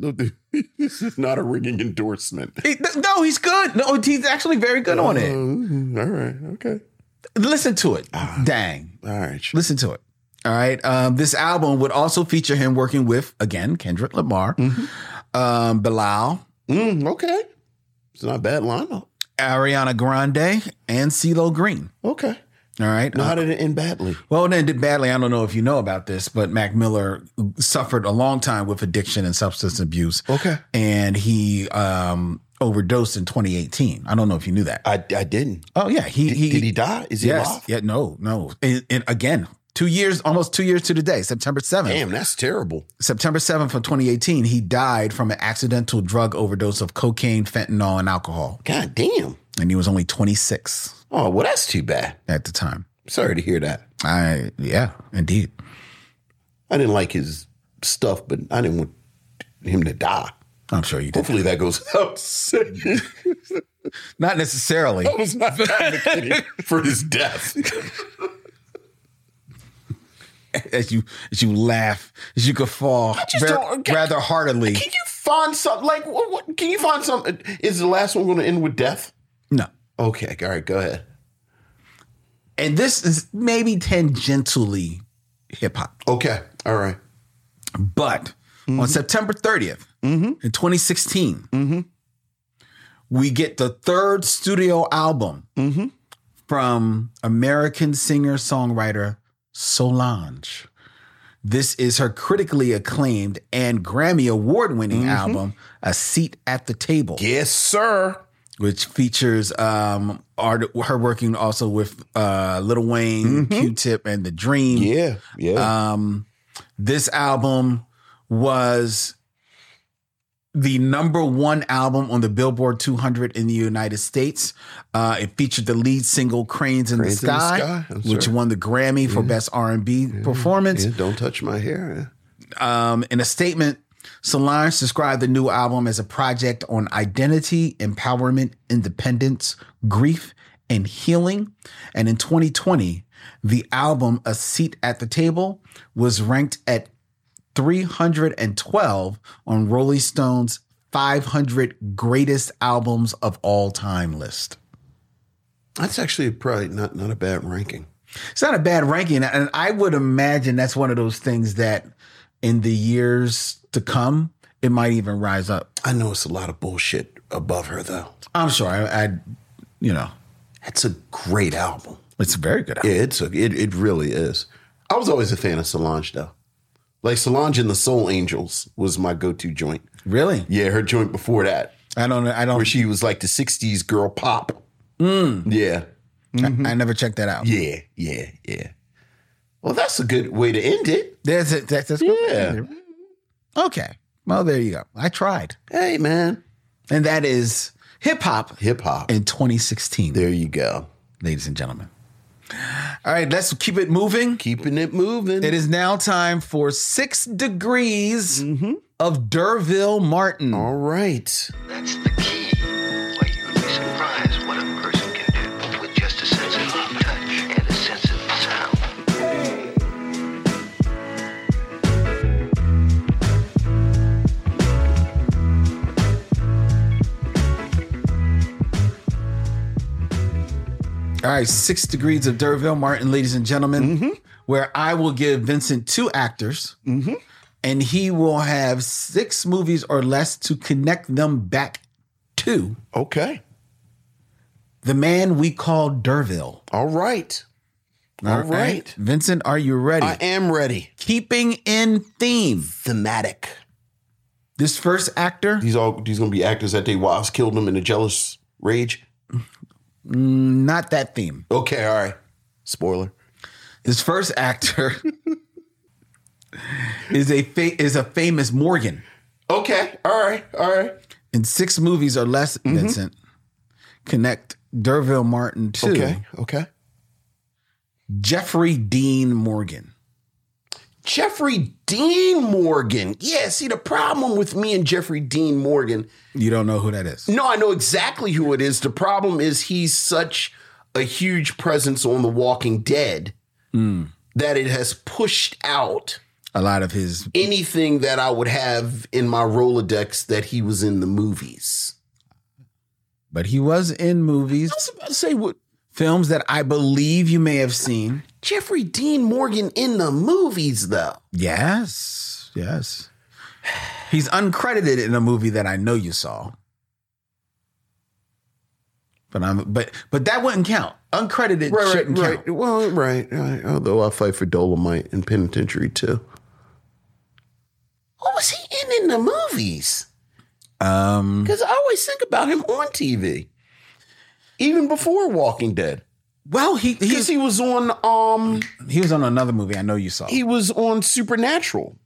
[SPEAKER 2] this is not a ringing endorsement.
[SPEAKER 1] He- no, he's good. No, he's actually very good on
[SPEAKER 2] Uh-huh.
[SPEAKER 1] it.
[SPEAKER 2] Um, mm-hmm. All right. Okay.
[SPEAKER 1] Listen to it. Dang.
[SPEAKER 2] All right. sure.
[SPEAKER 1] Listen to it. All right. Um, this album would also feature him working with, again, Kendrick Lamar, um, Bilal,
[SPEAKER 2] Mm, okay. It's not a bad lineup.
[SPEAKER 1] Ariana Grande, and CeeLo Green.
[SPEAKER 2] Okay.
[SPEAKER 1] All right.
[SPEAKER 2] Now, how did it end badly?
[SPEAKER 1] Well, then did badly. I don't know if you know about this, but Mac Miller suffered a long time with addiction and substance abuse.
[SPEAKER 2] Okay.
[SPEAKER 1] And he um, overdosed in 2018. I don't know if you knew that.
[SPEAKER 2] I, I didn't.
[SPEAKER 1] Oh yeah, he
[SPEAKER 2] Did
[SPEAKER 1] he,
[SPEAKER 2] did he die? Is he
[SPEAKER 1] yes
[SPEAKER 2] alive?
[SPEAKER 1] yeah no no and, and again two years almost two years to the day September 7th
[SPEAKER 2] Damn, that's terrible.
[SPEAKER 1] September 7th of 2018 he died from an accidental drug overdose of cocaine fentanyl and alcohol
[SPEAKER 2] God damn.
[SPEAKER 1] and he was only 26
[SPEAKER 2] Oh, well, that's too bad.
[SPEAKER 1] at the time.
[SPEAKER 2] Sorry to hear that.
[SPEAKER 1] I yeah indeed.
[SPEAKER 2] I didn't like his stuff, but I didn't want him to die.
[SPEAKER 1] I'm sure you did.
[SPEAKER 2] Hopefully that goes out. That
[SPEAKER 1] Not necessarily.
[SPEAKER 2] was not advocating for his death.
[SPEAKER 1] as you as you laugh, as you could fall
[SPEAKER 2] just
[SPEAKER 1] ver-
[SPEAKER 2] don't- okay.
[SPEAKER 1] rather heartily.
[SPEAKER 2] Can you find something? Like, what, what- can you find something? Is the last one going to end with death?
[SPEAKER 1] No.
[SPEAKER 2] Okay, all right, go ahead.
[SPEAKER 1] And this is maybe tangentially hip hop.
[SPEAKER 2] Okay, all right.
[SPEAKER 1] But
[SPEAKER 2] Mm-hmm.
[SPEAKER 1] on September 30th in 2016, we get the third studio album
[SPEAKER 2] Mm-hmm.
[SPEAKER 1] from American singer songwriter Solange. This is her critically acclaimed and Grammy award winning
[SPEAKER 2] Mm-hmm.
[SPEAKER 1] album, A Seat at the Table.
[SPEAKER 2] Yes, sir.
[SPEAKER 1] which features um art, her working also with uh Little Wayne, Q-Tip and The Dream.
[SPEAKER 2] Mm-hmm. Yeah, yeah.
[SPEAKER 1] This album was the number one album on the Billboard 200 in the United States. Uh, it featured the lead single "Cranes in
[SPEAKER 2] Cranes
[SPEAKER 1] the
[SPEAKER 2] in the
[SPEAKER 1] Sky,"
[SPEAKER 2] Sky, I'm
[SPEAKER 1] which
[SPEAKER 2] sorry.
[SPEAKER 1] won the Grammy for Best R&B Performance.
[SPEAKER 2] Yeah, don't touch my hair.
[SPEAKER 1] Um, in a statement, Solange described the new album as a project on identity, empowerment, independence, grief, and healing. And in 2020, the album A Seat at the Table was ranked at 312 on Rolling Stone's 500 greatest albums of all time list.
[SPEAKER 2] That's actually probably not not a bad ranking.
[SPEAKER 1] It's not a bad ranking. And I would imagine that's one of those things that in the years to come, it might even rise up.
[SPEAKER 2] I know it's a lot of bullshit above her though.
[SPEAKER 1] I'm sure. I, I you know,
[SPEAKER 2] That's a great album.
[SPEAKER 1] it's a very good album.
[SPEAKER 2] Yeah, it's a, it it really is. I was always a fan of Solange though. Like Solange and the Soul Angels was my go-to joint.
[SPEAKER 1] Really?
[SPEAKER 2] Yeah, her joint before that,
[SPEAKER 1] I don't I don't
[SPEAKER 2] where she was like the '60s girl pop. Yeah,
[SPEAKER 1] I, I never checked that out.
[SPEAKER 2] Mm-hmm. yeah, yeah, yeah. Well, that's a good way to end it.
[SPEAKER 1] There's it. That's, that's
[SPEAKER 2] Yeah.
[SPEAKER 1] Okay. Well, there you go. I tried.
[SPEAKER 2] Hey, man,
[SPEAKER 1] And that is hip hop
[SPEAKER 2] hip hop.
[SPEAKER 1] in 2016,
[SPEAKER 2] There you go.
[SPEAKER 1] ladies and gentlemen. All right, let's keep it moving.
[SPEAKER 2] Keeping it moving.
[SPEAKER 1] It is now time for six degrees
[SPEAKER 2] Mm-hmm.
[SPEAKER 1] of Derville Martin.
[SPEAKER 2] All right.
[SPEAKER 3] That's the key. Why you'd be surprised what a person can do with just a sense of touch and a sense of sound.
[SPEAKER 1] All right, six degrees of Derville Martin, ladies and gentlemen,
[SPEAKER 2] Mm-hmm.
[SPEAKER 1] where I will give Vincent two actors,
[SPEAKER 2] Mm-hmm.
[SPEAKER 1] and he will have six movies or less to connect them back to
[SPEAKER 2] Okay.
[SPEAKER 1] the man we call Derville.
[SPEAKER 2] All right. All right.
[SPEAKER 1] Vincent, are you ready?
[SPEAKER 2] I am ready.
[SPEAKER 1] Keeping in theme,
[SPEAKER 2] Thematic.
[SPEAKER 1] this first actor,
[SPEAKER 2] These all these gonna be actors that they wives killed them in a jealous rage.
[SPEAKER 1] not that theme.
[SPEAKER 2] Okay, all right. Spoiler.
[SPEAKER 1] This first actor is a fa- is a famous Morgan
[SPEAKER 2] Okay, all right, all right.
[SPEAKER 1] in six movies or less.
[SPEAKER 2] Mm-hmm.
[SPEAKER 1] Vincent, connect Derville Martin to
[SPEAKER 2] Okay, okay.
[SPEAKER 1] Jeffrey Dean Morgan.
[SPEAKER 2] Jeffrey Dean Morgan. Yeah, see the problem with me and Jeffrey Dean Morgan.
[SPEAKER 1] You don't know who that is.
[SPEAKER 2] No, I know exactly who it is. The problem is he's such a huge presence on The Walking Dead Hmm. that it has pushed out
[SPEAKER 1] A lot of his.
[SPEAKER 2] anything that I would have in my Rolodex that he was in the movies.
[SPEAKER 1] But he was in movies,
[SPEAKER 2] I was about to say what
[SPEAKER 1] films that I believe you may have seen.
[SPEAKER 2] Jeffrey Dean Morgan in the movies though.
[SPEAKER 1] Yes. Yes. He's uncredited in a movie that I know you saw. But I'm but but that wouldn't count. Uncredited shouldn't count.
[SPEAKER 2] Well, right, right. Although I fight for Dolomite and Penitentiary too. What was he in in the movies?
[SPEAKER 1] Um
[SPEAKER 2] Because I always think about him on TV, even before Walking Dead.
[SPEAKER 1] well he
[SPEAKER 2] Because
[SPEAKER 1] he,
[SPEAKER 2] he was on, um,
[SPEAKER 1] he was on another movie I know you saw.
[SPEAKER 2] he was on Supernatural.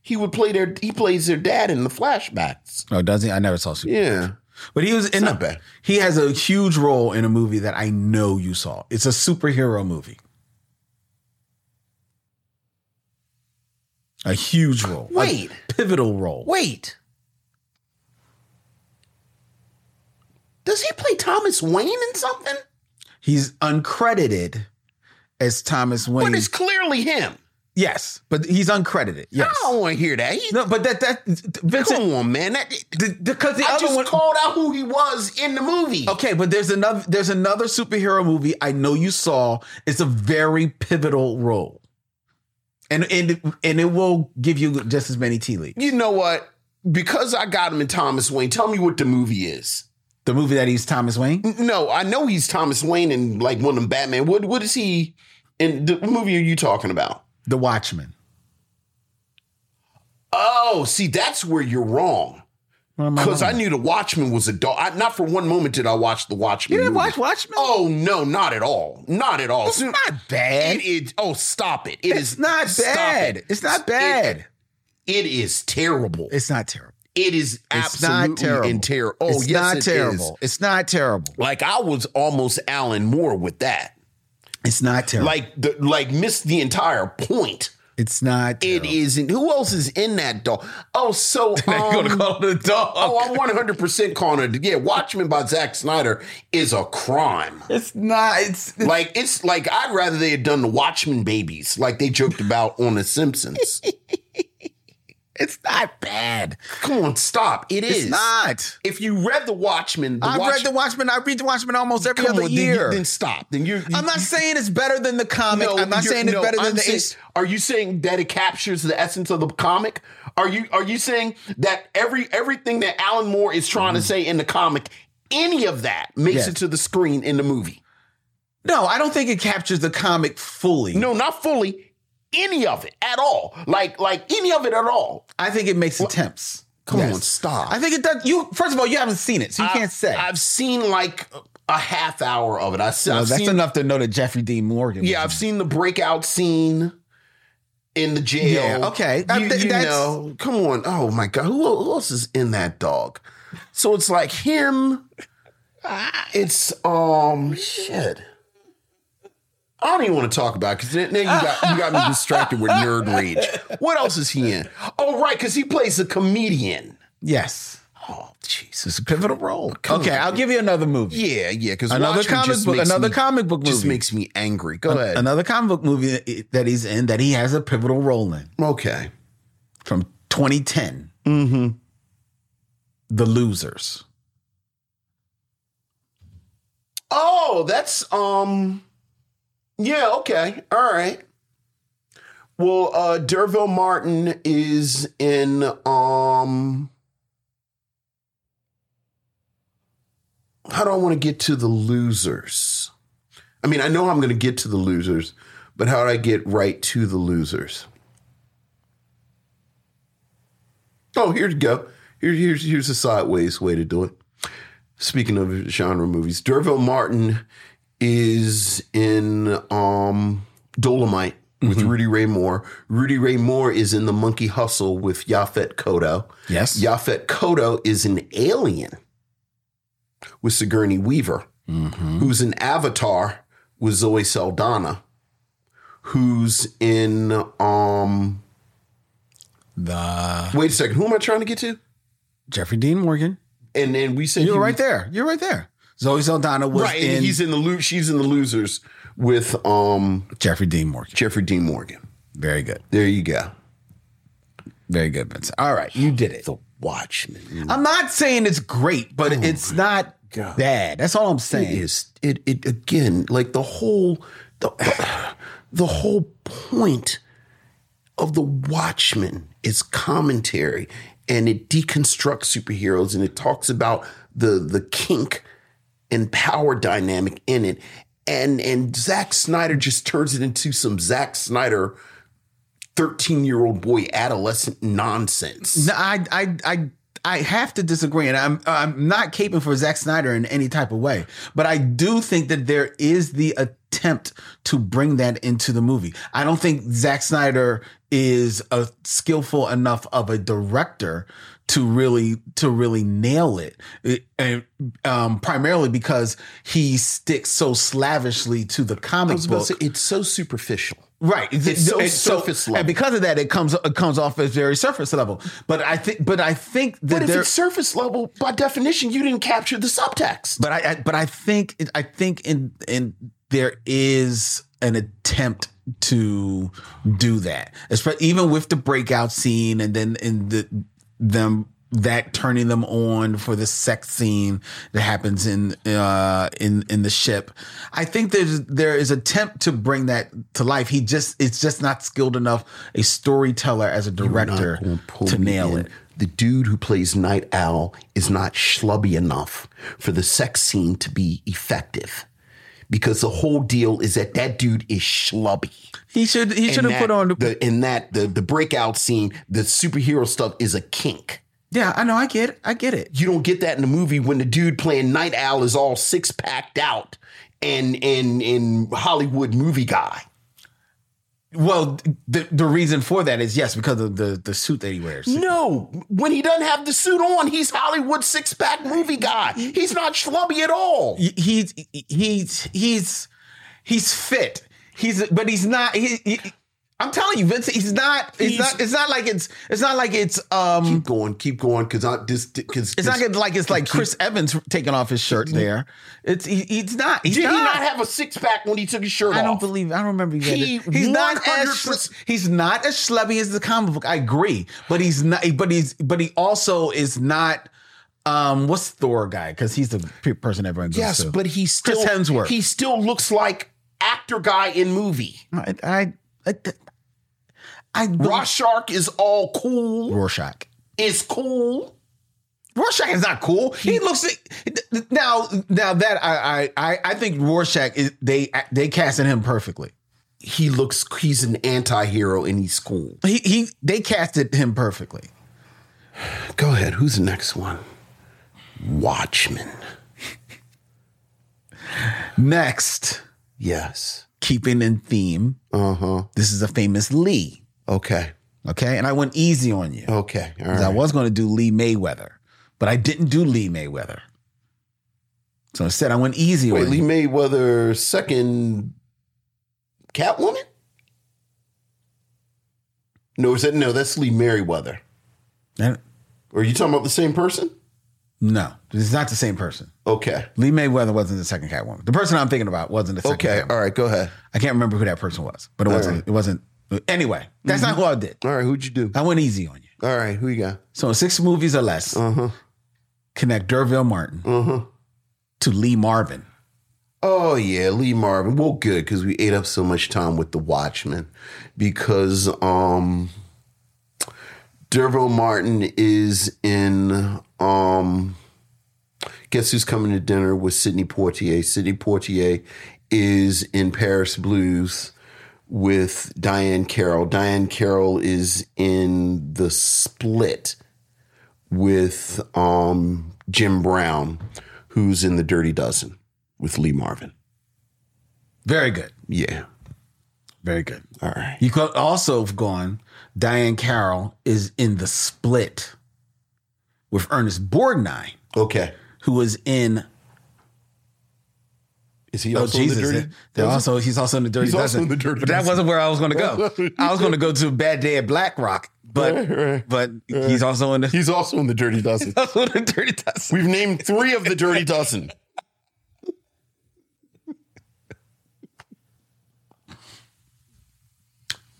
[SPEAKER 2] He would play their. He plays their dad in the flashbacks.
[SPEAKER 1] oh, does he? I never saw Super.
[SPEAKER 2] Yeah.
[SPEAKER 1] But he was in
[SPEAKER 2] not
[SPEAKER 1] a-
[SPEAKER 2] bad.
[SPEAKER 1] He has a huge role in a movie that I know you saw. It's a superhero movie. A huge role. a
[SPEAKER 2] Wait.
[SPEAKER 1] pivotal role.
[SPEAKER 2] Wait. Does he play Thomas Wayne in something?
[SPEAKER 1] He's uncredited as Thomas Wayne.
[SPEAKER 2] But it's clearly him.
[SPEAKER 1] yes, but he's uncredited. Yes.
[SPEAKER 2] I don't want to hear that. He-
[SPEAKER 1] No, but that that Vincent
[SPEAKER 2] Come on, man. That,
[SPEAKER 1] the, because the
[SPEAKER 2] I
[SPEAKER 1] other
[SPEAKER 2] just
[SPEAKER 1] one. Oh.
[SPEAKER 2] called out who he was in the movie.
[SPEAKER 1] okay, but there's another there's another superhero movie I know you saw. It's a very pivotal role, and and and it will give you just as many tea leaves.
[SPEAKER 2] You know what? Because I got him in Thomas Wayne, tell me what the movie is.
[SPEAKER 1] The movie that he's Thomas Wayne.
[SPEAKER 2] N- No, I know he's Thomas Wayne and like one of them Batman. What what is he in the movie are you talking about?
[SPEAKER 1] The Watchmen.
[SPEAKER 2] Oh, see, that's where you're wrong. Because I knew the Watchman was a dog. I, not for one moment did I watch the Watchman.
[SPEAKER 1] you didn't
[SPEAKER 2] movie.
[SPEAKER 1] watch Watchmen.
[SPEAKER 2] Oh no, not at all. Not at all.
[SPEAKER 1] it's not bad.
[SPEAKER 2] It is. Oh, stop it. It
[SPEAKER 1] it's
[SPEAKER 2] is-
[SPEAKER 1] not
[SPEAKER 2] stop
[SPEAKER 1] bad.
[SPEAKER 2] it.
[SPEAKER 1] It's not
[SPEAKER 2] It-
[SPEAKER 1] bad.
[SPEAKER 2] it is terrible.
[SPEAKER 1] it's not terrible.
[SPEAKER 2] It is
[SPEAKER 1] It's
[SPEAKER 2] absolutely
[SPEAKER 1] not terrible.
[SPEAKER 2] in terror. Oh,
[SPEAKER 1] it's
[SPEAKER 2] yes,
[SPEAKER 1] not
[SPEAKER 2] it is.
[SPEAKER 1] terrible. It's not terrible.
[SPEAKER 2] Like I was almost Alan Moore with that.
[SPEAKER 1] It's not terrible.
[SPEAKER 2] Like the like missed the entire point.
[SPEAKER 1] it's not.
[SPEAKER 2] It
[SPEAKER 1] Terrible.
[SPEAKER 2] not Who else is in that dog? Oh, so
[SPEAKER 1] Now you gonna
[SPEAKER 2] um,
[SPEAKER 1] call it a dog?
[SPEAKER 2] oh, I'm 100 percent calling it. Yeah, Watchmen by Zack Snyder is a crime.
[SPEAKER 1] it's not. It's, it's
[SPEAKER 2] Like it's like I'd rather they had done the Watchmen babies, like they joked about on The Simpsons.
[SPEAKER 1] It's not bad.
[SPEAKER 2] Come on, stop. It
[SPEAKER 1] It's
[SPEAKER 2] is.
[SPEAKER 1] not.
[SPEAKER 2] If you read The Watchmen, the
[SPEAKER 1] I've
[SPEAKER 2] Watch-
[SPEAKER 1] read The Watchmen. I read The Watchmen almost every
[SPEAKER 2] Come
[SPEAKER 1] other
[SPEAKER 2] on, then you-
[SPEAKER 1] year.
[SPEAKER 2] Then, stop. Then you.
[SPEAKER 1] I'm not saying it's better than the comic. I'm not
[SPEAKER 2] you're-
[SPEAKER 1] saying it's
[SPEAKER 2] no,
[SPEAKER 1] better than
[SPEAKER 2] I'm
[SPEAKER 1] the.
[SPEAKER 2] saying- Are you saying that it captures the essence of the comic? Are you are you saying that every everything that Alan Moore is trying to say in the comic, any of that makes
[SPEAKER 1] Yes.
[SPEAKER 2] it to the screen in the movie?
[SPEAKER 1] no, I don't think it captures the comic fully.
[SPEAKER 2] No, not fully. Any of it at all? Like like any of it at all?
[SPEAKER 1] I think it makes attempts.
[SPEAKER 2] Come
[SPEAKER 1] Yes.
[SPEAKER 2] on, stop.
[SPEAKER 1] I think it does. You first of all, you haven't seen it, so you
[SPEAKER 2] I-
[SPEAKER 1] can't say.
[SPEAKER 2] I've seen like a half hour of it. I,
[SPEAKER 1] No,
[SPEAKER 2] have
[SPEAKER 1] that's
[SPEAKER 2] seen
[SPEAKER 1] enough to know that Jeffrey D. Morgan. was
[SPEAKER 2] Yeah, I've seen the breakout scene in the jail.
[SPEAKER 1] Yeah, okay. Uh,
[SPEAKER 2] You,
[SPEAKER 1] th-
[SPEAKER 2] you
[SPEAKER 1] that's-
[SPEAKER 2] know, come on. Oh my God, who, who else is in that dog? So it's like him. It's um shit. I don't even want to talk about because now you got you got me distracted with nerd rage. What else is he in? Oh right, because he plays a comedian.
[SPEAKER 1] Yes.
[SPEAKER 2] Oh Jesus, pivotal role. Come
[SPEAKER 1] Okay,
[SPEAKER 2] on.
[SPEAKER 1] I'll give you another movie.
[SPEAKER 2] yeah, yeah. Because
[SPEAKER 1] Another comic book- another
[SPEAKER 2] me,
[SPEAKER 1] comic book
[SPEAKER 2] just
[SPEAKER 1] movie.
[SPEAKER 2] makes me angry. Go ahead.
[SPEAKER 1] Another comic book movie that he's in that he has a pivotal role in
[SPEAKER 2] okay.
[SPEAKER 1] from 2010.
[SPEAKER 2] Mm-hmm.
[SPEAKER 1] The Losers.
[SPEAKER 2] Oh, that's um Yeah, okay. All right. Well, uh Derville Martin is in um How do I want to get to the losers? I mean, I know I'm going to get to the losers, but how do I get right to the losers? Oh, here you go. Here, here's here's a sideways way to do it speaking of genre movies, Derville Martin is in um, Dolomite with
[SPEAKER 1] Mm-hmm.
[SPEAKER 2] Rudy Ray Moore. Rudy Ray Moore is in The Monkey Hustle with Yaphet Kotto.
[SPEAKER 1] Yes.
[SPEAKER 2] Yaphet Kotto is an alien with Sigourney Weaver,
[SPEAKER 1] Mm-hmm.
[SPEAKER 2] who's an avatar with Zoe Saldana, who's in. Um,
[SPEAKER 1] The
[SPEAKER 2] wait a second, who am I trying to get to?
[SPEAKER 1] Jeffrey Dean Morgan.
[SPEAKER 2] And then we said
[SPEAKER 1] You're
[SPEAKER 2] he
[SPEAKER 1] right there. You're right there. Zoe Saldana was
[SPEAKER 2] right,
[SPEAKER 1] in
[SPEAKER 2] and he's in the lo- she's in the losers with um
[SPEAKER 1] Jeffrey Dean Morgan.
[SPEAKER 2] Jeffrey Dean Morgan.
[SPEAKER 1] Very good.
[SPEAKER 2] There you go.
[SPEAKER 1] Very good, Vince. All right, you did it.
[SPEAKER 2] The Watchmen.
[SPEAKER 1] I'm not saying it's great, but it's not
[SPEAKER 2] Mm. Oh God.
[SPEAKER 1] bad. That's all I'm
[SPEAKER 2] It
[SPEAKER 1] saying.
[SPEAKER 2] is it it again like the whole the the whole point of the Watchmen is commentary and it deconstructs superheroes and it talks about the the kink and power dynamic in it. And and Zack Snyder just turns it into some Zack Snyder 13 year old boy adolescent nonsense.
[SPEAKER 1] No, I, I, I, I have to disagree, and I'm, I'm not caping for Zack Snyder in any type of way, but I do think that there is the attempt to bring that into the movie. I don't think Zack Snyder is a skillful enough of a director to really to really nail it, It- and um, primarily because he sticks so slavishly to the
[SPEAKER 2] I
[SPEAKER 1] comic
[SPEAKER 2] was about
[SPEAKER 1] book.
[SPEAKER 2] to say, it's so superficial.
[SPEAKER 1] Right.
[SPEAKER 2] It's so
[SPEAKER 1] And
[SPEAKER 2] surface level.
[SPEAKER 1] And because of that, it comes it comes off as very surface level. But I think but I think that
[SPEAKER 2] But if
[SPEAKER 1] there
[SPEAKER 2] it's surface level, by definition, you didn't capture the subtext.
[SPEAKER 1] but I, I but I think I think in in there is an attempt to do that, Espe- even with the breakout scene, and then in the them that turning them on for the sex scene that happens in uh in in the ship. I think there's there is attempt to bring that to life. He just it's just not skilled enough a storyteller as a director
[SPEAKER 2] Not gonna pull
[SPEAKER 1] to
[SPEAKER 2] me
[SPEAKER 1] nail
[SPEAKER 2] in.
[SPEAKER 1] it.
[SPEAKER 2] The dude who plays Night Owl is not schlubby enough for the sex scene to be effective. Because the whole deal is that that dude is schlubby.
[SPEAKER 1] He should he should
[SPEAKER 2] And
[SPEAKER 1] have put
[SPEAKER 2] that-
[SPEAKER 1] on
[SPEAKER 2] the in that the the breakout scene, the superhero stuff is a kink.
[SPEAKER 1] Yeah, I know, I get it. I get it.
[SPEAKER 2] you don't get that in the movie when the dude playing Night Owl is all six packed out and and and Hollywood movie guy.
[SPEAKER 1] Well, the the reason for that is yes, because of the the suit that he wears.
[SPEAKER 2] Mm-hmm. No, when he doesn't have the suit on, he's Hollywood six pack movie guy. He's not schlubby at all.
[SPEAKER 1] He's he's he's he's fit. He's but he's not. He, he- I'm telling you, Vince, he's not. It's
[SPEAKER 2] He's-
[SPEAKER 1] not. It's not like it's. It's not like it's. Um.
[SPEAKER 2] Keep going, keep going, because I this because
[SPEAKER 1] It's not gonna- like it's like Chris Evans taking off his shirt there. It's. He, he's not. He's
[SPEAKER 2] Mm-hmm. Did
[SPEAKER 1] not.
[SPEAKER 2] he not have a six pack when he took his shirt
[SPEAKER 1] I
[SPEAKER 2] off?
[SPEAKER 1] don't believe. I don't remember. He had
[SPEAKER 2] He
[SPEAKER 1] it. he's not as
[SPEAKER 2] 100%
[SPEAKER 1] schl- he's not as schlubby as the comic book. I agree, but he's not. But he's but he also is not. Um, what's Thor guy? Because he's the pe- person everyone goes
[SPEAKER 2] yes,
[SPEAKER 1] to.
[SPEAKER 2] but he still
[SPEAKER 1] Hemsworth.
[SPEAKER 2] He still looks like actor guy in movie.
[SPEAKER 1] I I I, I
[SPEAKER 2] Rorschach is all cool.
[SPEAKER 1] Rorschach.
[SPEAKER 2] Is cool.
[SPEAKER 1] Rorschach is not cool. He, looks like, now. Now that I I I- I think Rorschach is they they casted him perfectly.
[SPEAKER 2] He looks. He's an anti-hero and he's cool.
[SPEAKER 1] He he they casted him perfectly.
[SPEAKER 2] Go ahead. Who's the next one? Watchmen.
[SPEAKER 1] Next,
[SPEAKER 2] Yes.
[SPEAKER 1] keeping in theme,
[SPEAKER 2] Uh huh.
[SPEAKER 1] this is a famous Lee.
[SPEAKER 2] Okay.
[SPEAKER 1] Okay, and I went easy on you.
[SPEAKER 2] Okay. All
[SPEAKER 1] 'Cause
[SPEAKER 2] right.
[SPEAKER 1] I was going to do Lee Mayweather, but I didn't do Lee Mayweather. So instead, I went easy
[SPEAKER 2] Wait,
[SPEAKER 1] on
[SPEAKER 2] Lee
[SPEAKER 1] you.
[SPEAKER 2] Mayweather second Catwoman? No, is that no? That's Lee Merriweather.
[SPEAKER 1] And-
[SPEAKER 2] Are you talking about the same person?
[SPEAKER 1] No, it's not the same person.
[SPEAKER 2] Okay.
[SPEAKER 1] Lee Mayweather wasn't the second Catwoman. The person I'm thinking about wasn't the second.
[SPEAKER 2] Okay.
[SPEAKER 1] Catwoman.
[SPEAKER 2] All right. Go ahead.
[SPEAKER 1] I can't remember who that person was, but it
[SPEAKER 2] All
[SPEAKER 1] wasn't.
[SPEAKER 2] right. Mm-hmm.
[SPEAKER 1] It wasn't. Anyway, that's not who I did.
[SPEAKER 2] All right. Who'd you do?
[SPEAKER 1] I went easy on you.
[SPEAKER 2] All right. Who you got? Uh-huh,
[SPEAKER 1] So six movies or less
[SPEAKER 2] Uh.
[SPEAKER 1] connect Derville Martin to Lee Marvin.
[SPEAKER 2] Oh yeah, Lee Marvin. Well, good because we ate up so much time with the Watchmen because um, Dervo Martin is in. Um, guess who's coming to dinner with Sidney Poitier? Sidney Poitier is in Paris Blues with Diane Carroll. Diane Carroll is in the Split with um, Jim Brown, who's in the Dirty Dozen with Lee Marvin.
[SPEAKER 1] Very good.
[SPEAKER 2] Yeah.
[SPEAKER 1] Very good.
[SPEAKER 2] All right.
[SPEAKER 1] You could also have gone. Diane Carroll is in the split with Ernest Borgnine,
[SPEAKER 2] Okay.
[SPEAKER 1] who was in
[SPEAKER 2] Is he
[SPEAKER 1] Oh
[SPEAKER 2] also in
[SPEAKER 1] Jesus!
[SPEAKER 2] the dirty?
[SPEAKER 1] They're
[SPEAKER 2] Dozen?
[SPEAKER 1] also he's also in the dirty
[SPEAKER 2] He's also
[SPEAKER 1] dozen.
[SPEAKER 2] in the Dirty
[SPEAKER 1] but that
[SPEAKER 2] Dozen.
[SPEAKER 1] wasn't where I was going to go. I was going to go to Bad Day at Black Rock, but but he's also in the
[SPEAKER 2] He's also in the Dirty Dozen.
[SPEAKER 1] also in the dirty dozen.
[SPEAKER 2] We've named three of the Dirty Dozen.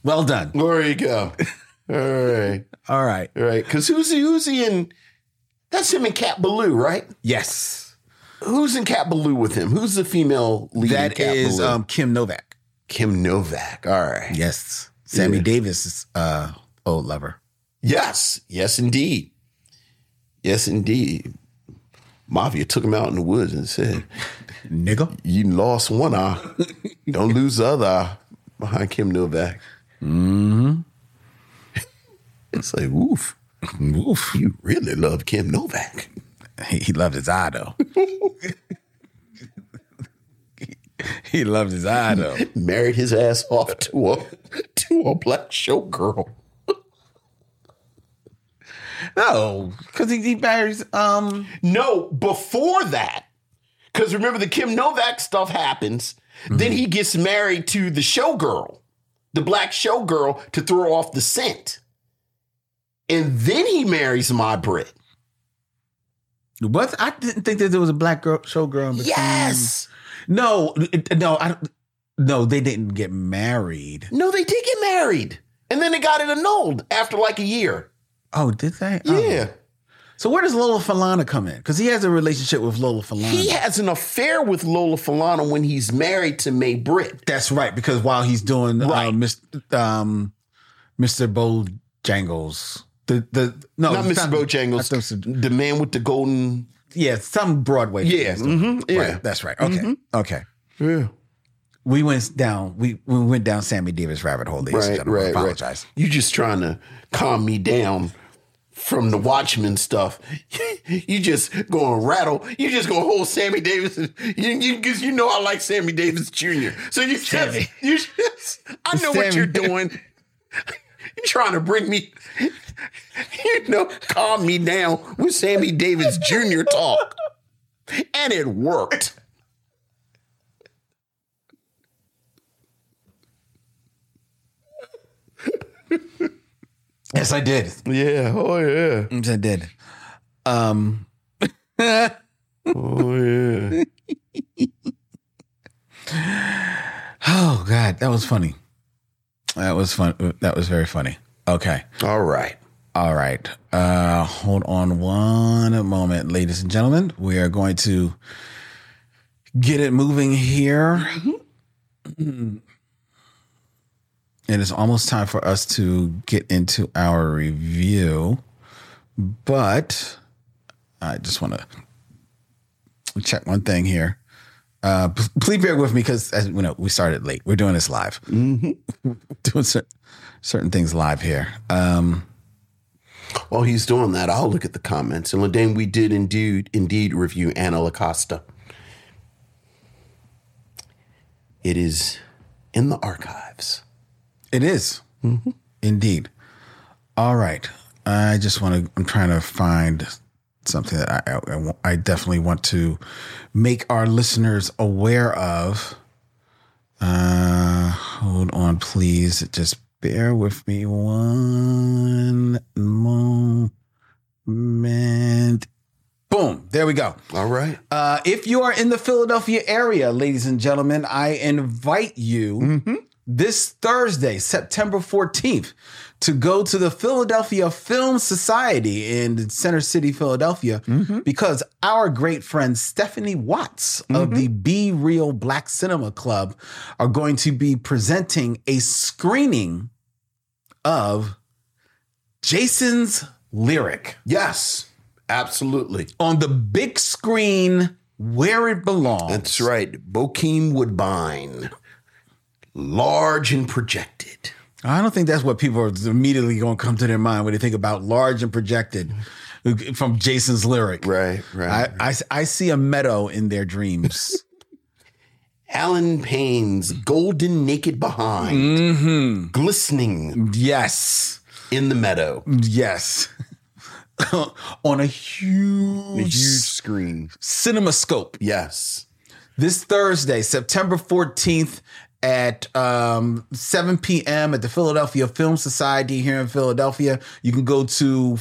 [SPEAKER 1] Well done.
[SPEAKER 2] There you go. All right.
[SPEAKER 1] All right.
[SPEAKER 2] All right. Because who's he? Who's he in? That's him in Cat Baloo, right?
[SPEAKER 1] Yes,
[SPEAKER 2] Who's in Cat Baloo with him? Who's the female lead? in
[SPEAKER 1] that
[SPEAKER 2] Cat
[SPEAKER 1] is
[SPEAKER 2] Baloo?
[SPEAKER 1] um, Kim Novak.
[SPEAKER 2] Kim Novak. All right.
[SPEAKER 1] Yes, Sammy
[SPEAKER 2] Yeah.
[SPEAKER 1] Davis' uh, old lover.
[SPEAKER 2] Yes. Yes, indeed. Yes, indeed. Mafia took him out in the woods and said,
[SPEAKER 1] Nigga.
[SPEAKER 2] you lost one eye. Don't lose the other eye behind Kim Novak. Mm-hmm. It's like, oof,
[SPEAKER 1] Oof.
[SPEAKER 2] you really love Kim Novak.
[SPEAKER 1] He, he loved his eye though. he loved his eye though.
[SPEAKER 2] Married his ass off to a to a black showgirl.
[SPEAKER 1] No, because he, he marries. Um,
[SPEAKER 2] No, before that, because remember the Kim Novak stuff happens. Then he gets married to the showgirl, the black showgirl, to throw off the scent. And then he marries my Brit.
[SPEAKER 1] what? I didn't think that there was a black girl showgirl. in between.
[SPEAKER 2] Yes.
[SPEAKER 1] No, it- no, I don't. No, they didn't get married.
[SPEAKER 2] No, they did get married. And then they got it annulled after like a year.
[SPEAKER 1] Oh, did they? Oh.
[SPEAKER 2] Yeah.
[SPEAKER 1] So where does Lola Falana come in? Because he has a relationship with Lola Falana.
[SPEAKER 2] He has an affair with Lola Falana when he's married to May Britt.
[SPEAKER 1] That's right. Because while he's doing
[SPEAKER 2] Right.
[SPEAKER 1] uh, Mis- um, Mr. Bojangles, the the no,
[SPEAKER 2] Not
[SPEAKER 1] it's
[SPEAKER 2] Mr. Bojangles,
[SPEAKER 1] that's Mr.
[SPEAKER 2] the man with the golden.
[SPEAKER 1] Yeah, some Broadway.
[SPEAKER 2] Yeah. mhm,
[SPEAKER 1] Right,
[SPEAKER 2] yeah. Mm-hmm.
[SPEAKER 1] that's right. Okay, okay.
[SPEAKER 2] Yeah.
[SPEAKER 1] We went down. We we went down Sammy Davis rabbit hole. Ladies and
[SPEAKER 2] Right,
[SPEAKER 1] gentlemen.
[SPEAKER 2] right,
[SPEAKER 1] I apologize.
[SPEAKER 2] right. You just trying to calm me down from the Watchmen stuff. you just going to rattle. You just going to hold Sammy Davis. You, you, cause you know I like Sammy Davis Jr. So you
[SPEAKER 1] Sammy.
[SPEAKER 2] just, you just, I know what
[SPEAKER 1] Sammy.
[SPEAKER 2] you're doing. You're trying to bring me, you know, calm me down with Sammy Davis Jr. talk. And it worked.
[SPEAKER 1] Yes, I did.
[SPEAKER 2] Yeah. Oh yeah.
[SPEAKER 1] Yes, I did. Um,
[SPEAKER 2] Oh yeah.
[SPEAKER 1] oh God, that was funny. That was fun. That was very funny. Okay.
[SPEAKER 2] All right.
[SPEAKER 1] All right. Uh, hold on one moment, ladies and gentlemen. We are going to get it moving here. It is almost time for us to get into our review, but I just want to check one thing here. Uh, p- please bear with me because as you know, we started late. We're doing this live, doing cer- certain things live here. Um,
[SPEAKER 2] While he's doing that, I'll look at the comments. And Ladane, we did indeed indeed review Anna LaCosta. It is in the archives.
[SPEAKER 1] It is. Indeed. All right. I just want to, I'm trying to find something that I, I- I, wa- I definitely want to make our listeners aware of. Uh, hold on, please. Just bear with me one moment. Boom. There we go.
[SPEAKER 2] All right.
[SPEAKER 1] Uh, if you are in the Philadelphia area, ladies and gentlemen, I invite you this Thursday, September 14th, to go to the Philadelphia Film Society in Center City, Philadelphia, because our great friend Stephanie Watts of the Be Real Black Cinema Club are going to be presenting a screening of Jason's Lyric
[SPEAKER 2] Yes. Absolutely.
[SPEAKER 1] on the big screen where it belongs.
[SPEAKER 2] That's right. Bokeem Woodbine. Large and projected.
[SPEAKER 1] I don't think that's what people are immediately going to come to their mind when they think about large and projected from Jason's lyric.
[SPEAKER 2] Right,
[SPEAKER 1] I, I, I see a meadow in their dreams.
[SPEAKER 2] Alan Payne's Golden Naked Behind. Mm-hmm. Glistening
[SPEAKER 1] yes.
[SPEAKER 2] in the meadow.
[SPEAKER 1] Yes. On a huge,
[SPEAKER 2] screen.
[SPEAKER 1] cinema scope.
[SPEAKER 2] Yes.
[SPEAKER 1] This Thursday, September 14th at um, 7 p.m. at the Philadelphia Film Society here in Philadelphia. You can go to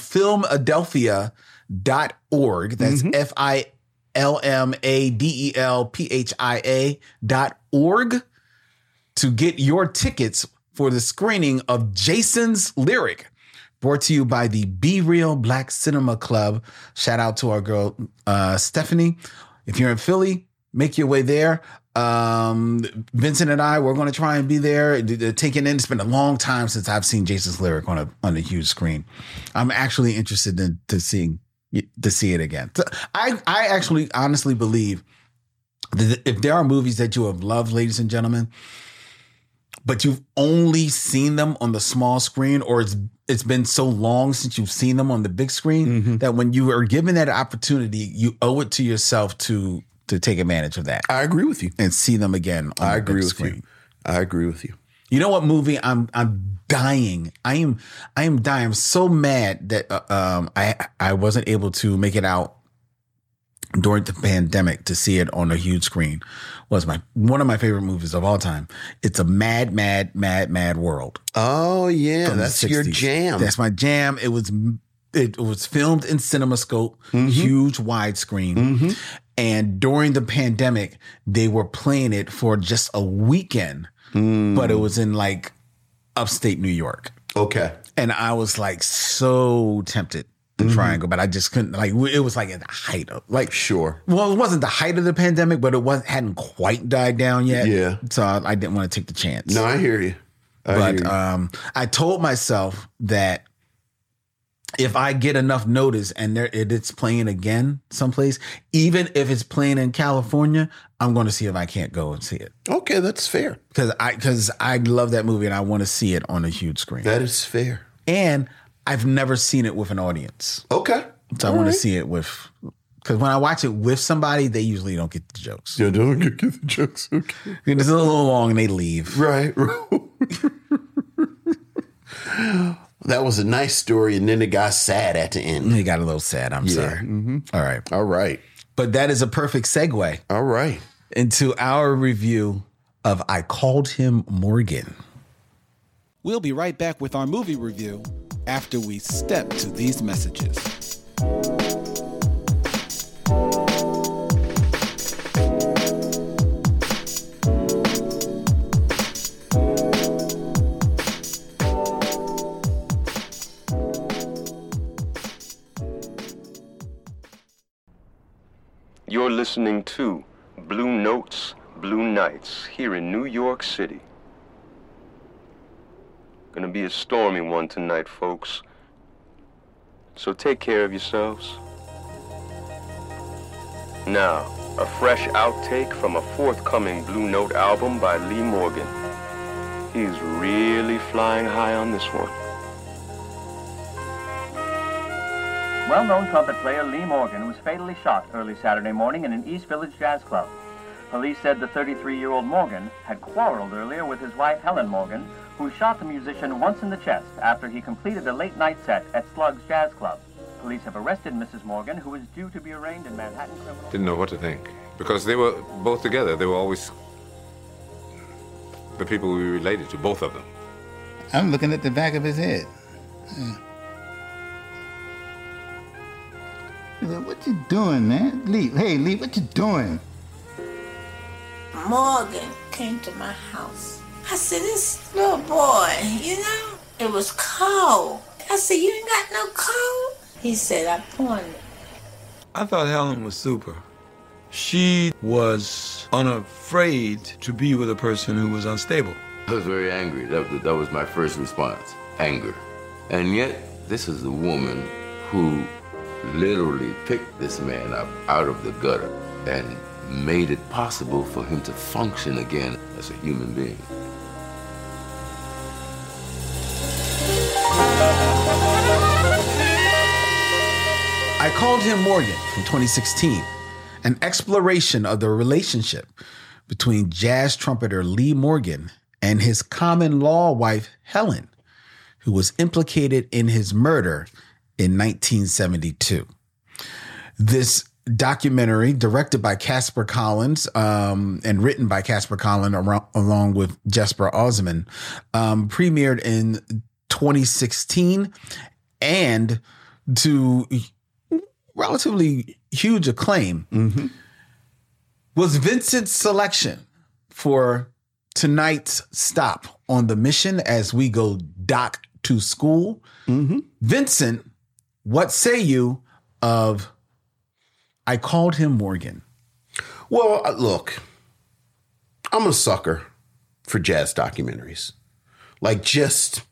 [SPEAKER 1] filmadelphia.org. That's F I L M A D E L P H I A dot org to get your tickets for the screening of Jason's Lyric, brought to you by the Be Real Black Cinema Club. Shout out to our girl, uh, Stephanie. If you're in Philly, make your way there. Um, Vincent and I, we're going to try and be there, d- d- take it in. It's been a long time since I've seen Jason's Lyric on a, on a huge screen. I'm actually interested in to seeing to see it again. So I, I actually honestly believe that if there are movies that you have loved, ladies and gentlemen, but you've only seen them on the small screen or it's it's been so long since you've seen them on the big screen
[SPEAKER 2] Mm-hmm.
[SPEAKER 1] that when you are given that opportunity you owe it to yourself to to take advantage of that
[SPEAKER 2] I agree with you.
[SPEAKER 1] and see them again on
[SPEAKER 2] I
[SPEAKER 1] the
[SPEAKER 2] agree
[SPEAKER 1] big
[SPEAKER 2] with
[SPEAKER 1] screen.
[SPEAKER 2] you. I agree with you.
[SPEAKER 1] You know what movie I'm I'm dying. I am I am dying. I'm so mad that uh, um I I wasn't able to make it out during the pandemic to see it on a huge screen. Was my one of my favorite movies of all time. It's a mad mad mad mad world.
[SPEAKER 2] Oh yeah,
[SPEAKER 1] from the
[SPEAKER 2] that's your
[SPEAKER 1] 60s.
[SPEAKER 2] jam.
[SPEAKER 1] That's my jam. It was it was filmed in CinemaScope,
[SPEAKER 2] Mm-hmm.
[SPEAKER 1] huge widescreen. And during the pandemic, they were playing it for just a weekend,
[SPEAKER 2] Mm.
[SPEAKER 1] but it was in like upstate New York.
[SPEAKER 2] okay.
[SPEAKER 1] And I was like so tempted to
[SPEAKER 2] Mm-hmm.
[SPEAKER 1] try and go, but I just couldn't. Like it was like at the height of like
[SPEAKER 2] Sure.
[SPEAKER 1] well, it wasn't the height of the pandemic, but it wasn't hadn't quite died down yet.
[SPEAKER 2] Yeah.
[SPEAKER 1] so I, I didn't want to take the chance
[SPEAKER 2] No, I hear you. I hear
[SPEAKER 1] but
[SPEAKER 2] you.
[SPEAKER 1] um, I told myself that if I get enough notice and there it, it's playing again someplace, even if it's playing in California, I'm going to see if I can't go and see it
[SPEAKER 2] okay, that's fair.
[SPEAKER 1] because I because I love that movie and I want to see it on a huge screen.
[SPEAKER 2] That is fair.
[SPEAKER 1] and I've never seen it with an audience,
[SPEAKER 2] Okay.
[SPEAKER 1] so I want to see it with. Because when I watch it with somebody, they usually don't get the jokes.
[SPEAKER 2] Yeah, don't get, get the jokes. Okay.
[SPEAKER 1] It's a little long and they leave.
[SPEAKER 2] Right. that was a nice story, and then it got sad at the end.
[SPEAKER 1] They got a little sad. I'm sorry.
[SPEAKER 2] Mm-hmm.
[SPEAKER 1] All right.
[SPEAKER 2] All right.
[SPEAKER 1] But that is a perfect segue.
[SPEAKER 2] All right.
[SPEAKER 1] into our review of I Called Him Morgan. We'll be right back with our movie review after we step to these messages.
[SPEAKER 4] You're listening to Blue Notes, Blue Nights here in New York City. Gonna be a stormy one tonight, folks. So take care of yourselves. Now, a fresh outtake from a forthcoming Blue Note album by Lee Morgan. He's really flying high on this one.
[SPEAKER 5] Well-known trumpet player Lee Morgan was fatally shot early Saturday morning in an East Village jazz club. Police said the 33-year-old Morgan had quarreled earlier with his wife Helen Morgan, who shot the musician once in the chest after he completed a late-night set at Slug's Jazz Club. Police have arrested Mrs. Morgan, who is due to be arraigned in Manhattan criminal.
[SPEAKER 6] didn't know what to think because they were both together. They were always the people we related to, both of them.
[SPEAKER 7] I'm looking at the back of his head. Yeah. He said, What you doing, man? Leave. Hey, leave. What you doing?
[SPEAKER 8] Morgan came to my house. I said, this little boy, you know, it was cold. I said, you ain't got no cold? He said, I pointed.
[SPEAKER 9] I thought Helen was super. She was unafraid to be with a person who was unstable.
[SPEAKER 10] I was very angry. That, that- that was my first response anger. And yet, this is the woman who literally picked this man up out of the gutter and made it possible for him to function again as a human being.
[SPEAKER 1] I called him Morgan from 2016, an exploration of the relationship between jazz trumpeter Lee Morgan and his common law wife Helen, who was implicated in his murder in 1972. This documentary, directed by Casper Collins um, and written by Casper Collins ar- along with Jesper Osman, um, premiered in 2016 and to relatively huge acclaim was Vincent's selection for tonight's stop on the mission as we go doc to school. Mm-hmm. Vincent, what say you of I called him Morgan?
[SPEAKER 2] Well, uh, look, I'm a sucker for jazz documentaries. Like just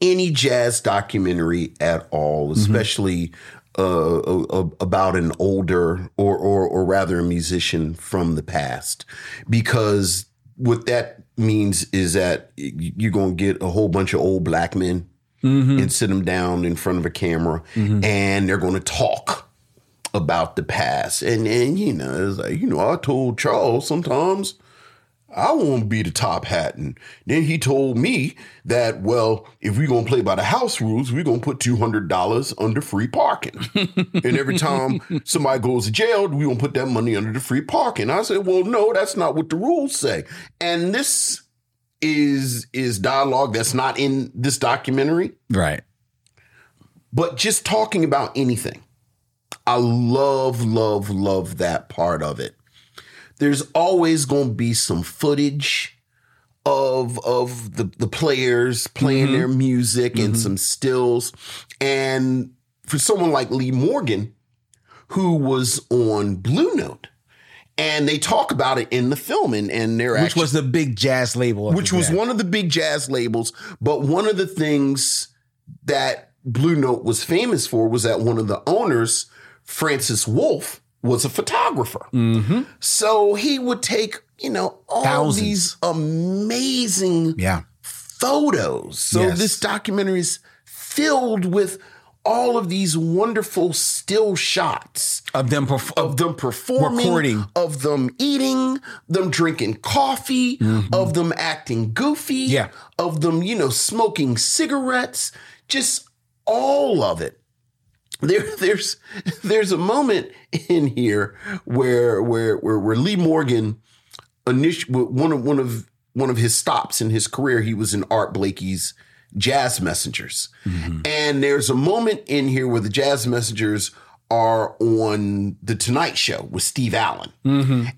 [SPEAKER 2] any jazz documentary at all, especially uh, a- a- about an older or, or or rather a musician from the past, because what that means is that y- you're gonna get a whole bunch of old black men and sit them down in front of a camera, and they're gonna talk about the past. And and you know, it's like, you know, I told Charles sometimes I want to be the top hat. And then he told me that, well, if we're going to play by the house rules, we're going to put $200 under free parking. and every time somebody goes to jail, we're going to put that money under the free parking. I said, well, no, that's not what the rules say. And this is is dialogue that's not in this documentary
[SPEAKER 1] Right.
[SPEAKER 2] but just talking about anything. I love, love, love that part of it. There's always going to be some footage of of the the players
[SPEAKER 1] Mm-hmm.
[SPEAKER 2] playing their music and some stills. And for someone like Lee Morgan, who was on Blue Note, and they talk about it in the film, and and they're
[SPEAKER 1] Which was the big jazz label. at
[SPEAKER 2] which
[SPEAKER 1] the
[SPEAKER 2] was
[SPEAKER 1] back.
[SPEAKER 2] one of the big jazz labels. But one of the things that Blue Note was famous for was that one of the owners, Francis Wolf, was a photographer. So he would take, you know, all
[SPEAKER 1] Mm-hmm. Thousands.
[SPEAKER 2] these amazing
[SPEAKER 1] Yeah.
[SPEAKER 2] photos. So
[SPEAKER 1] Yes.
[SPEAKER 2] this documentary is filled with all of these wonderful still shots
[SPEAKER 1] Of them. Perf-
[SPEAKER 2] of them performing,
[SPEAKER 1] Recording.
[SPEAKER 2] of them eating, them drinking coffee, of them acting goofy,
[SPEAKER 1] Mm-hmm. Yeah.
[SPEAKER 2] of them, you know, smoking cigarettes, just all of it. There, there's there's a moment in here where where where, where Lee Morgan initial one of one of one of his stops in his career, he was in Art Blakey's Jazz Messengers. And there's a moment in here where the Jazz Messengers are on the Tonight Show with Steve Allen.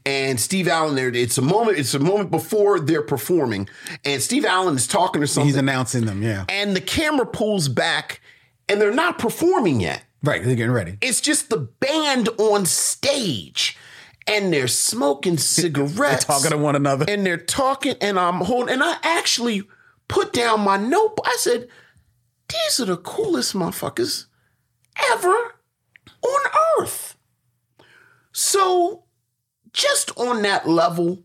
[SPEAKER 2] And Steve Allen, there it's a moment, it's a moment before they're performing, and Steve Allen is talking to something.
[SPEAKER 1] He's announcing them, yeah.
[SPEAKER 2] and the camera pulls back and they're not performing yet.
[SPEAKER 1] Right, they're getting ready.
[SPEAKER 2] It's just the band on stage and they're smoking cigarettes.
[SPEAKER 1] Talking to one another.
[SPEAKER 2] and they're talking and I'm holding and I actually put down my notebook. I said, these are the coolest motherfuckers ever on earth. So just on that level,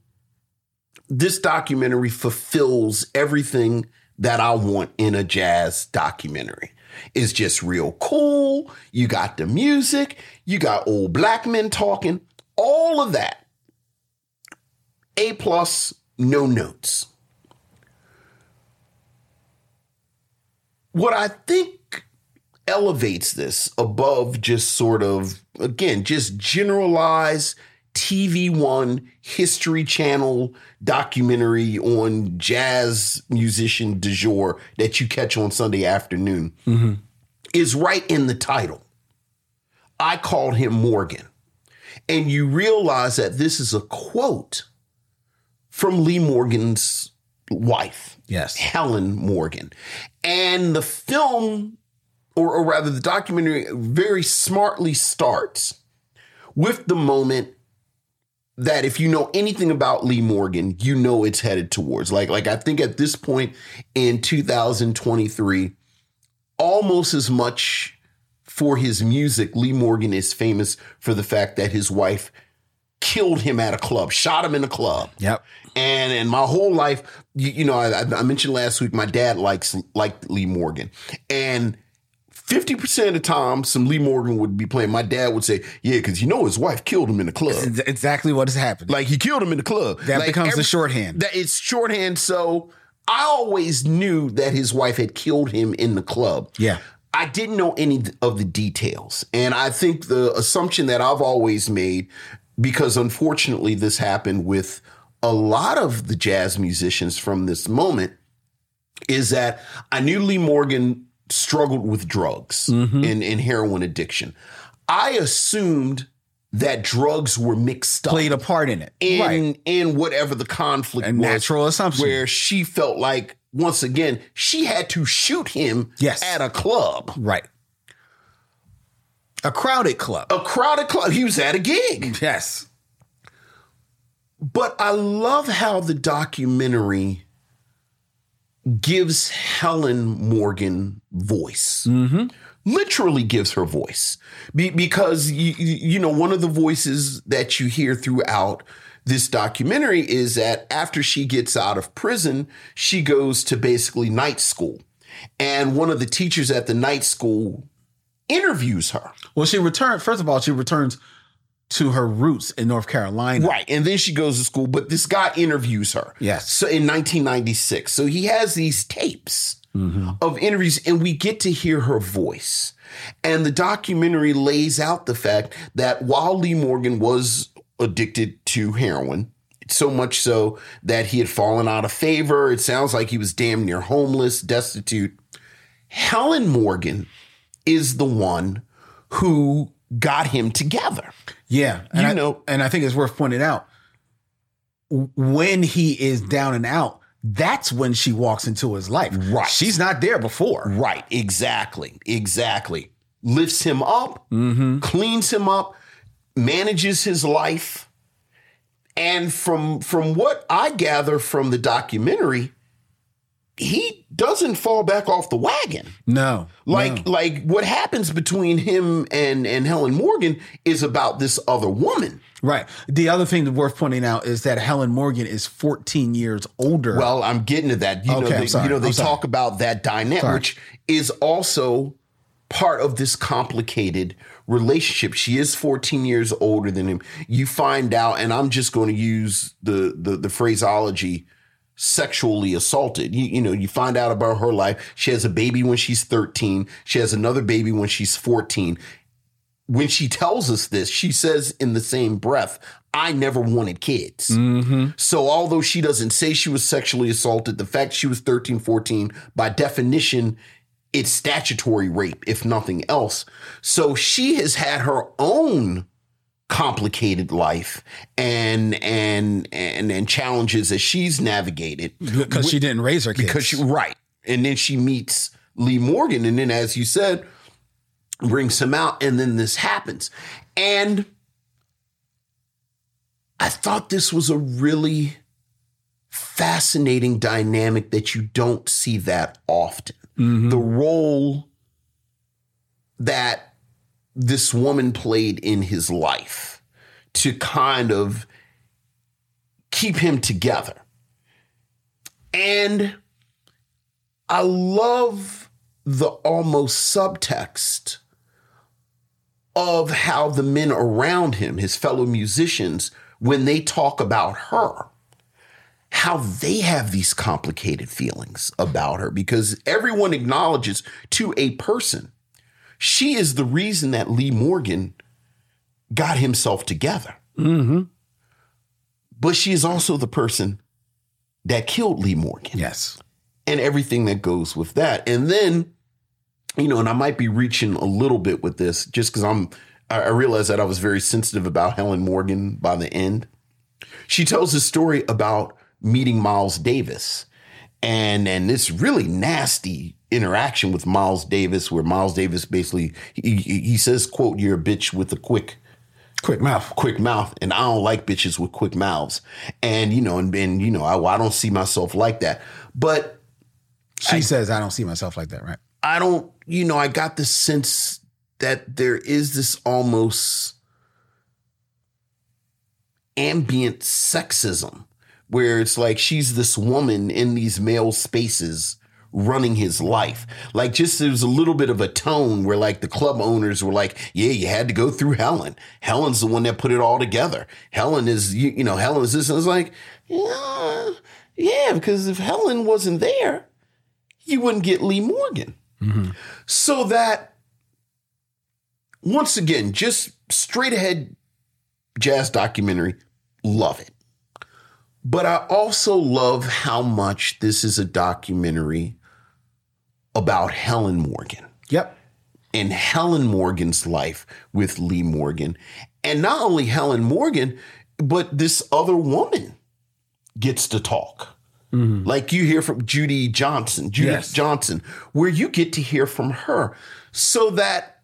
[SPEAKER 2] this documentary fulfills everything that I want in a jazz documentary. It's just real cool. You got the music, you got old black men talking, all of that. A plus, no notes. What I think elevates this above just sort of, again, just generalized TV One History Channel documentary on jazz musician du jour that you catch on Sunday afternoon is right in the title. I called him Morgan. And you realize that this is a quote from Lee Morgan's wife.
[SPEAKER 1] Yes.
[SPEAKER 2] Helen Morgan. And the film, or, or rather the documentary, very smartly starts with the moment that if you know anything about Lee Morgan, you know it's headed towards. Like, like I think at this point in 2023, almost as much for his music, Lee Morgan is famous for the fact that his wife killed him at a club, shot him in a club.
[SPEAKER 1] Yep.
[SPEAKER 2] And and my whole life, you, you know, I, I mentioned last week, my dad likes liked Lee Morgan, and fifty percent of the time, some Lee Morgan would be playing. My dad would say, "Yeah, because you know his wife killed him in the club."
[SPEAKER 1] It's exactly what has happened.
[SPEAKER 2] Like he killed him in the club.
[SPEAKER 1] That
[SPEAKER 2] Like,
[SPEAKER 1] becomes
[SPEAKER 2] every-
[SPEAKER 1] the shorthand.
[SPEAKER 2] That it's shorthand. So I always knew that his wife had killed him in the club.
[SPEAKER 1] yeah.
[SPEAKER 2] I didn't know any of the details. And I think the assumption that I've always made, because unfortunately this happened with a lot of the jazz musicians from this moment, is that I knew Lee Morgan struggled with drugs
[SPEAKER 1] Mm-hmm.
[SPEAKER 2] and, and heroin addiction. I assumed that drugs were mixed up
[SPEAKER 1] Played a part in it.
[SPEAKER 2] in
[SPEAKER 1] right.
[SPEAKER 2] in whatever the conflict
[SPEAKER 1] A
[SPEAKER 2] was,
[SPEAKER 1] natural assumption.
[SPEAKER 2] where she felt like once again she had to shoot him
[SPEAKER 1] Yes.
[SPEAKER 2] at a club
[SPEAKER 1] Right. A crowded club.
[SPEAKER 2] a crowded club he was at a gig
[SPEAKER 1] Yes.
[SPEAKER 2] but i love how the documentary gives helen morgan voice literally gives her voice Be- because you, you know one of the voices that you hear throughout this documentary is that after she gets out of prison she goes to basically night school and one of the teachers at the night school interviews her
[SPEAKER 1] Well, she returned. First of all, she returns to her roots in North Carolina.
[SPEAKER 2] Right. And then she goes to school, but this guy interviews her.
[SPEAKER 1] Yes.
[SPEAKER 2] So in 1996. So he has these tapes of interviews, and we get to hear her voice. And the documentary lays out the fact that while Lee Morgan was addicted to heroin, so much so that he had fallen out of favor, it sounds like he was damn near homeless, destitute. Helen Morgan is the one who got him together.
[SPEAKER 1] Yeah. And
[SPEAKER 2] You
[SPEAKER 1] I,
[SPEAKER 2] know-
[SPEAKER 1] And I think it's worth pointing out w- when he is down and out, that's when she walks into his life.
[SPEAKER 2] Right.
[SPEAKER 1] She's not there before.
[SPEAKER 2] Right, exactly, exactly. Lifts him up, cleans him up, manages his life. And from from what I gather from the documentary, he doesn't fall back off the wagon.
[SPEAKER 1] No.
[SPEAKER 2] Like like what happens between him and and Helen Morgan is about this other woman.
[SPEAKER 1] Right. The other thing that's worth pointing out is that Helen Morgan is 14 years older.
[SPEAKER 2] Well, I'm getting to that. You
[SPEAKER 1] Okay,
[SPEAKER 2] know,
[SPEAKER 1] I'm
[SPEAKER 2] they,
[SPEAKER 1] sorry.
[SPEAKER 2] you know, they
[SPEAKER 1] I'm sorry.
[SPEAKER 2] talk about that dynamic,
[SPEAKER 1] Sorry.
[SPEAKER 2] which is also part of this complicated relationship. She is 14 years older than him. You find out, and I'm just going to use the the, the phraseology sexually assaulted. You, you know, you find out about her life. She has a baby when she's 13. She has another baby when she's 14. When she tells us this, she says in the same breath, I never wanted kids. So although she doesn't say she was sexually assaulted, the fact she was 13, 14, by definition, it's statutory rape, if nothing else. So she has had her own complicated life and and and and challenges that she's navigated
[SPEAKER 1] because she didn't raise her kids.
[SPEAKER 2] because she right and then she meets lee morgan and then as you said brings him out and then this happens and i thought this was a really fascinating dynamic that you don't see that often the role that this woman played in his life to kind of keep him together and I love the almost subtext of how the men around him, his fellow musicians, when they talk about her, how they have these complicated feelings about her because everyone acknowledges to a person she is the reason that Lee Morgan got himself together. But she is also the person that killed Lee Morgan
[SPEAKER 1] yes.
[SPEAKER 2] and everything that goes with that. And then, you know, and I might be reaching a little bit with this just because I'm, I I realized that I was very sensitive about Helen Morgan by the end. She tells a story about meeting Miles Davis and and this really nasty interaction with Miles Davis where Miles Davis basically he, he he says quote you're a bitch with a quick
[SPEAKER 1] Quick mouth.
[SPEAKER 2] quick mouth and i don't like bitches with quick mouths and you know and, and you know I, I don't see myself like that but
[SPEAKER 1] She says, I don't see myself like that, right?
[SPEAKER 2] I don't, you know, I got the sense that there is this almost ambient sexism where it's like she's this woman in these male spaces running his life. Like just there was a little bit of a tone where like the club owners were like, yeah, you had to go through Helen. Helen's the one that put it all together. Helen is you, you know, Helen is this and it's like, yeah, yeah, because if Helen wasn't there, you wouldn't get Lee Morgan. So that, once again, just straight ahead jazz documentary, love it. But I also love how much this is a documentary about Helen Morgan
[SPEAKER 1] Yep.
[SPEAKER 2] and Helen Morgan's life with Lee Morgan. And not only Helen Morgan, but this other woman gets to talk. Like you hear from Judy Johnson, Judith
[SPEAKER 1] Yes.
[SPEAKER 2] Johnson, where you get to hear from her so that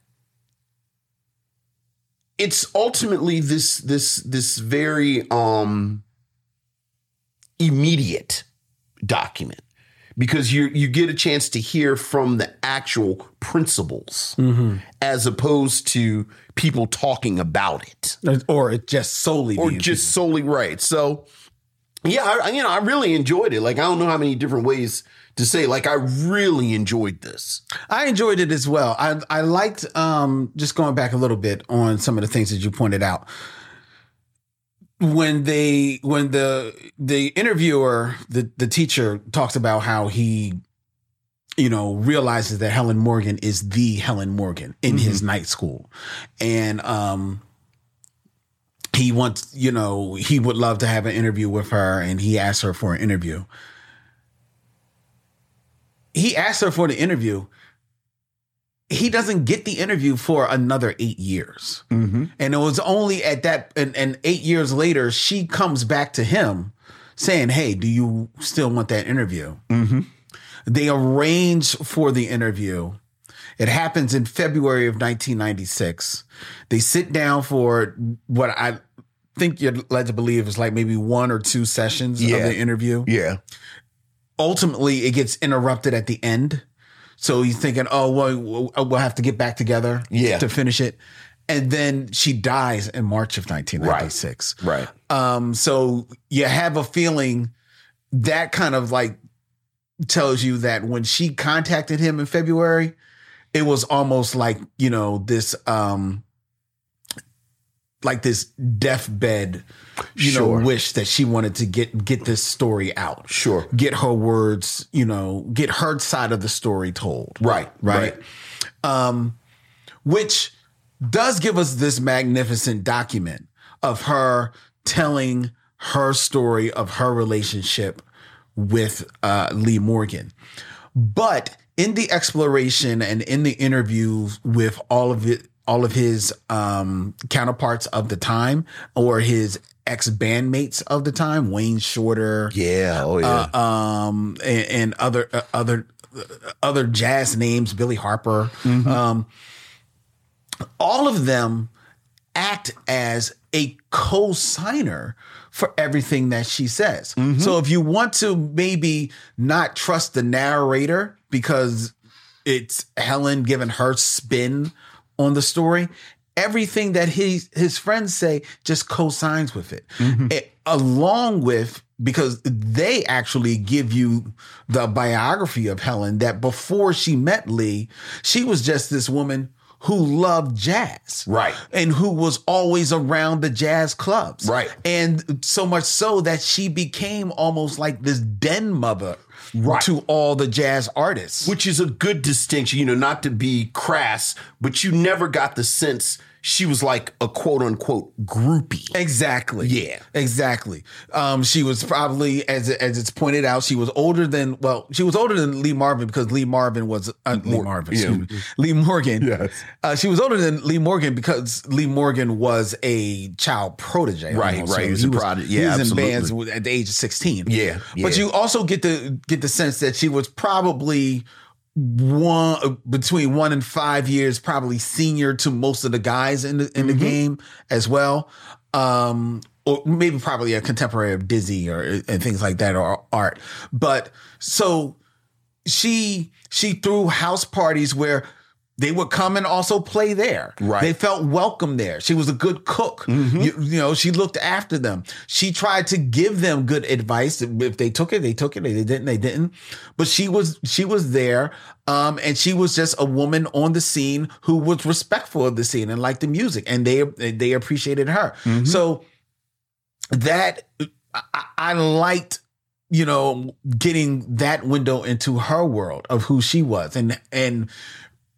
[SPEAKER 2] it's ultimately this this this very um immediate document because you you get a chance to hear from the actual principles as opposed to people talking about it
[SPEAKER 1] Or it just solely
[SPEAKER 2] or
[SPEAKER 1] being-
[SPEAKER 2] just solely right. So yeah, I, I- you know, I really enjoyed it. Like I don't know how many different ways to say like I really enjoyed this.
[SPEAKER 1] I enjoyed it as well. I I liked um just going back a little bit on some of the things that you pointed out. When they when the the interviewer, the the teacher talks about how he you know, realizes that Helen Morgan is the Helen Morgan in his night school. And um he wants, you know, he would love to have an interview with her and he asked her for an interview. He asked her for the interview. He doesn't get the interview for another eight years. And it was only at that, and, and eight years later, she comes back to him saying, Hey, do you still want that interview? They arrange for the interview. It happens in February of 1996. They sit down for what I think you're led to believe is like maybe one or two sessions
[SPEAKER 2] Yeah.
[SPEAKER 1] of the interview
[SPEAKER 2] Yeah.
[SPEAKER 1] ultimately it gets interrupted at the end. So he's thinking, oh, well, we'll we'll have to get back together
[SPEAKER 2] Yeah.
[SPEAKER 1] to finish it. And then she dies in March of 1996.
[SPEAKER 2] Right.
[SPEAKER 1] Um, so you have a feeling that kind of like tells you that when she contacted him in February, it was almost like, you know, this um like this deathbed, you
[SPEAKER 2] Sure.
[SPEAKER 1] know, wish that she wanted to get get this story out.
[SPEAKER 2] Sure.
[SPEAKER 1] Get her words, you know, get her side of the story told.
[SPEAKER 2] Right.
[SPEAKER 1] Right. Um which does give us this magnificent document of her telling her story of her relationship with uh, Lee Morgan. But in the exploration and in the interview with all of it, all of his um, counterparts of the time or his ex bandmates of the time, Wayne Shorter,
[SPEAKER 2] yeah, oh yeah,
[SPEAKER 1] uh, um, and, and other uh, other uh, other jazz names, Billy Harper. Um, all of them act as a co-signer for everything that she says. So if you want to maybe not trust the narrator because it's Helen giving her spin on the story, everything that he his friends say just co-signs with it. Eh, along with because they actually give you the biography of Helen that before she met Lee, she was just this woman who loved jazz.
[SPEAKER 2] Right.
[SPEAKER 1] And who was always around the jazz clubs.
[SPEAKER 2] Right.
[SPEAKER 1] And so much so that she became almost like this den mother
[SPEAKER 2] Right.
[SPEAKER 1] to all the jazz artists.
[SPEAKER 2] which is a good distinction, you know, not to be crass, but you never got the sense she was like a quote unquote groupie.
[SPEAKER 1] Exactly.
[SPEAKER 2] Yeah.
[SPEAKER 1] Exactly. Um, she was probably, as as it's pointed out, she was older than well, she was older than Lee Marvin because Lee Marvin was uh, Lee
[SPEAKER 2] Mor-
[SPEAKER 1] Marvin,
[SPEAKER 2] yeah.
[SPEAKER 1] excuse me. Lee Morgan.
[SPEAKER 2] Yes.
[SPEAKER 1] Uh, she was older than Lee Morgan because Lee Morgan was a child protege.
[SPEAKER 2] Right,
[SPEAKER 1] almost.
[SPEAKER 2] right. He was a prodigy.
[SPEAKER 1] he
[SPEAKER 2] Yeah,
[SPEAKER 1] was
[SPEAKER 2] absolutely.
[SPEAKER 1] in bands at the age of sixteen.
[SPEAKER 2] Yeah,
[SPEAKER 1] But
[SPEAKER 2] yeah.
[SPEAKER 1] you also get the get the sense that she was probably one uh, between one and five years, probably senior to most of the guys in the in
[SPEAKER 2] Mm-hmm.
[SPEAKER 1] the game as well. Um, or maybe probably a contemporary of Dizzy or and things like that or art. But so she she threw house parties where they would come and also play there.
[SPEAKER 2] Right.
[SPEAKER 1] They felt welcome there. She was a good cook. You, you know, she looked after them. She tried to give them good advice. If they took it, they took it. If they didn't, they didn't. But she was she was there, um, and she was just a woman on the scene who was respectful of the scene and liked the music, and they they appreciated her. So that I, I- I liked you know getting that window into her world of who she was and and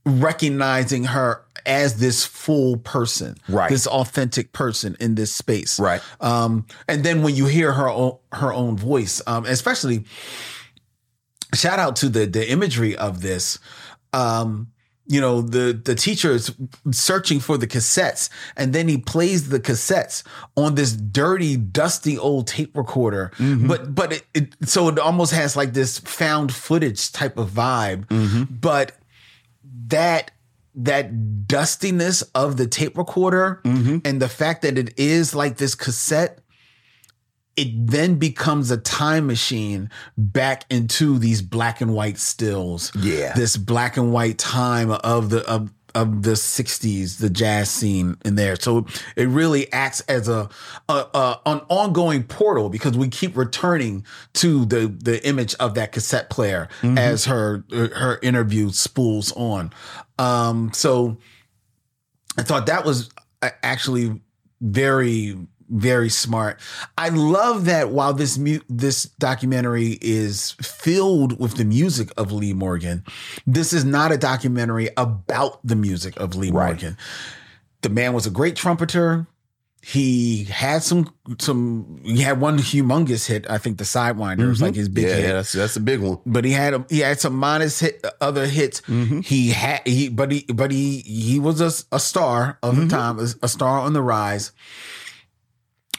[SPEAKER 1] recognizing her as this full person
[SPEAKER 2] Right.
[SPEAKER 1] this authentic person in this space
[SPEAKER 2] Right.
[SPEAKER 1] um and then when you hear her own, her own voice um especially shout out to the the imagery of this um you know the the teacher is searching for the cassettes and then he plays the cassettes on this dirty dusty old tape recorder but but it, it so it almost has like this found footage type of vibe but that that dustiness of the tape recorder and the fact that it is like this cassette it then becomes a time machine back into these black and white stills.
[SPEAKER 2] Yeah.
[SPEAKER 1] This black and white time of the of of the 60s, the jazz scene in there. So it really acts as a, a, a an ongoing portal because we keep returning to the the image of that cassette player as her her interview spools on. Um so I thought that was uh, actually very very smart. I love that while this mu- this documentary is filled with the music of Lee Morgan, this is not a documentary about the music of Lee
[SPEAKER 2] Right.
[SPEAKER 1] Morgan. The man was a great trumpeter. He had some some he had one humongous hit, I think the Sidewinder was like his big
[SPEAKER 2] Mm-hmm. yeah,
[SPEAKER 1] hit
[SPEAKER 2] yeah, that's that's a big one.
[SPEAKER 1] but he had a, he had some modest hit, other hits. He had he but he but he he was a, a star of the time, a, a star on the rise.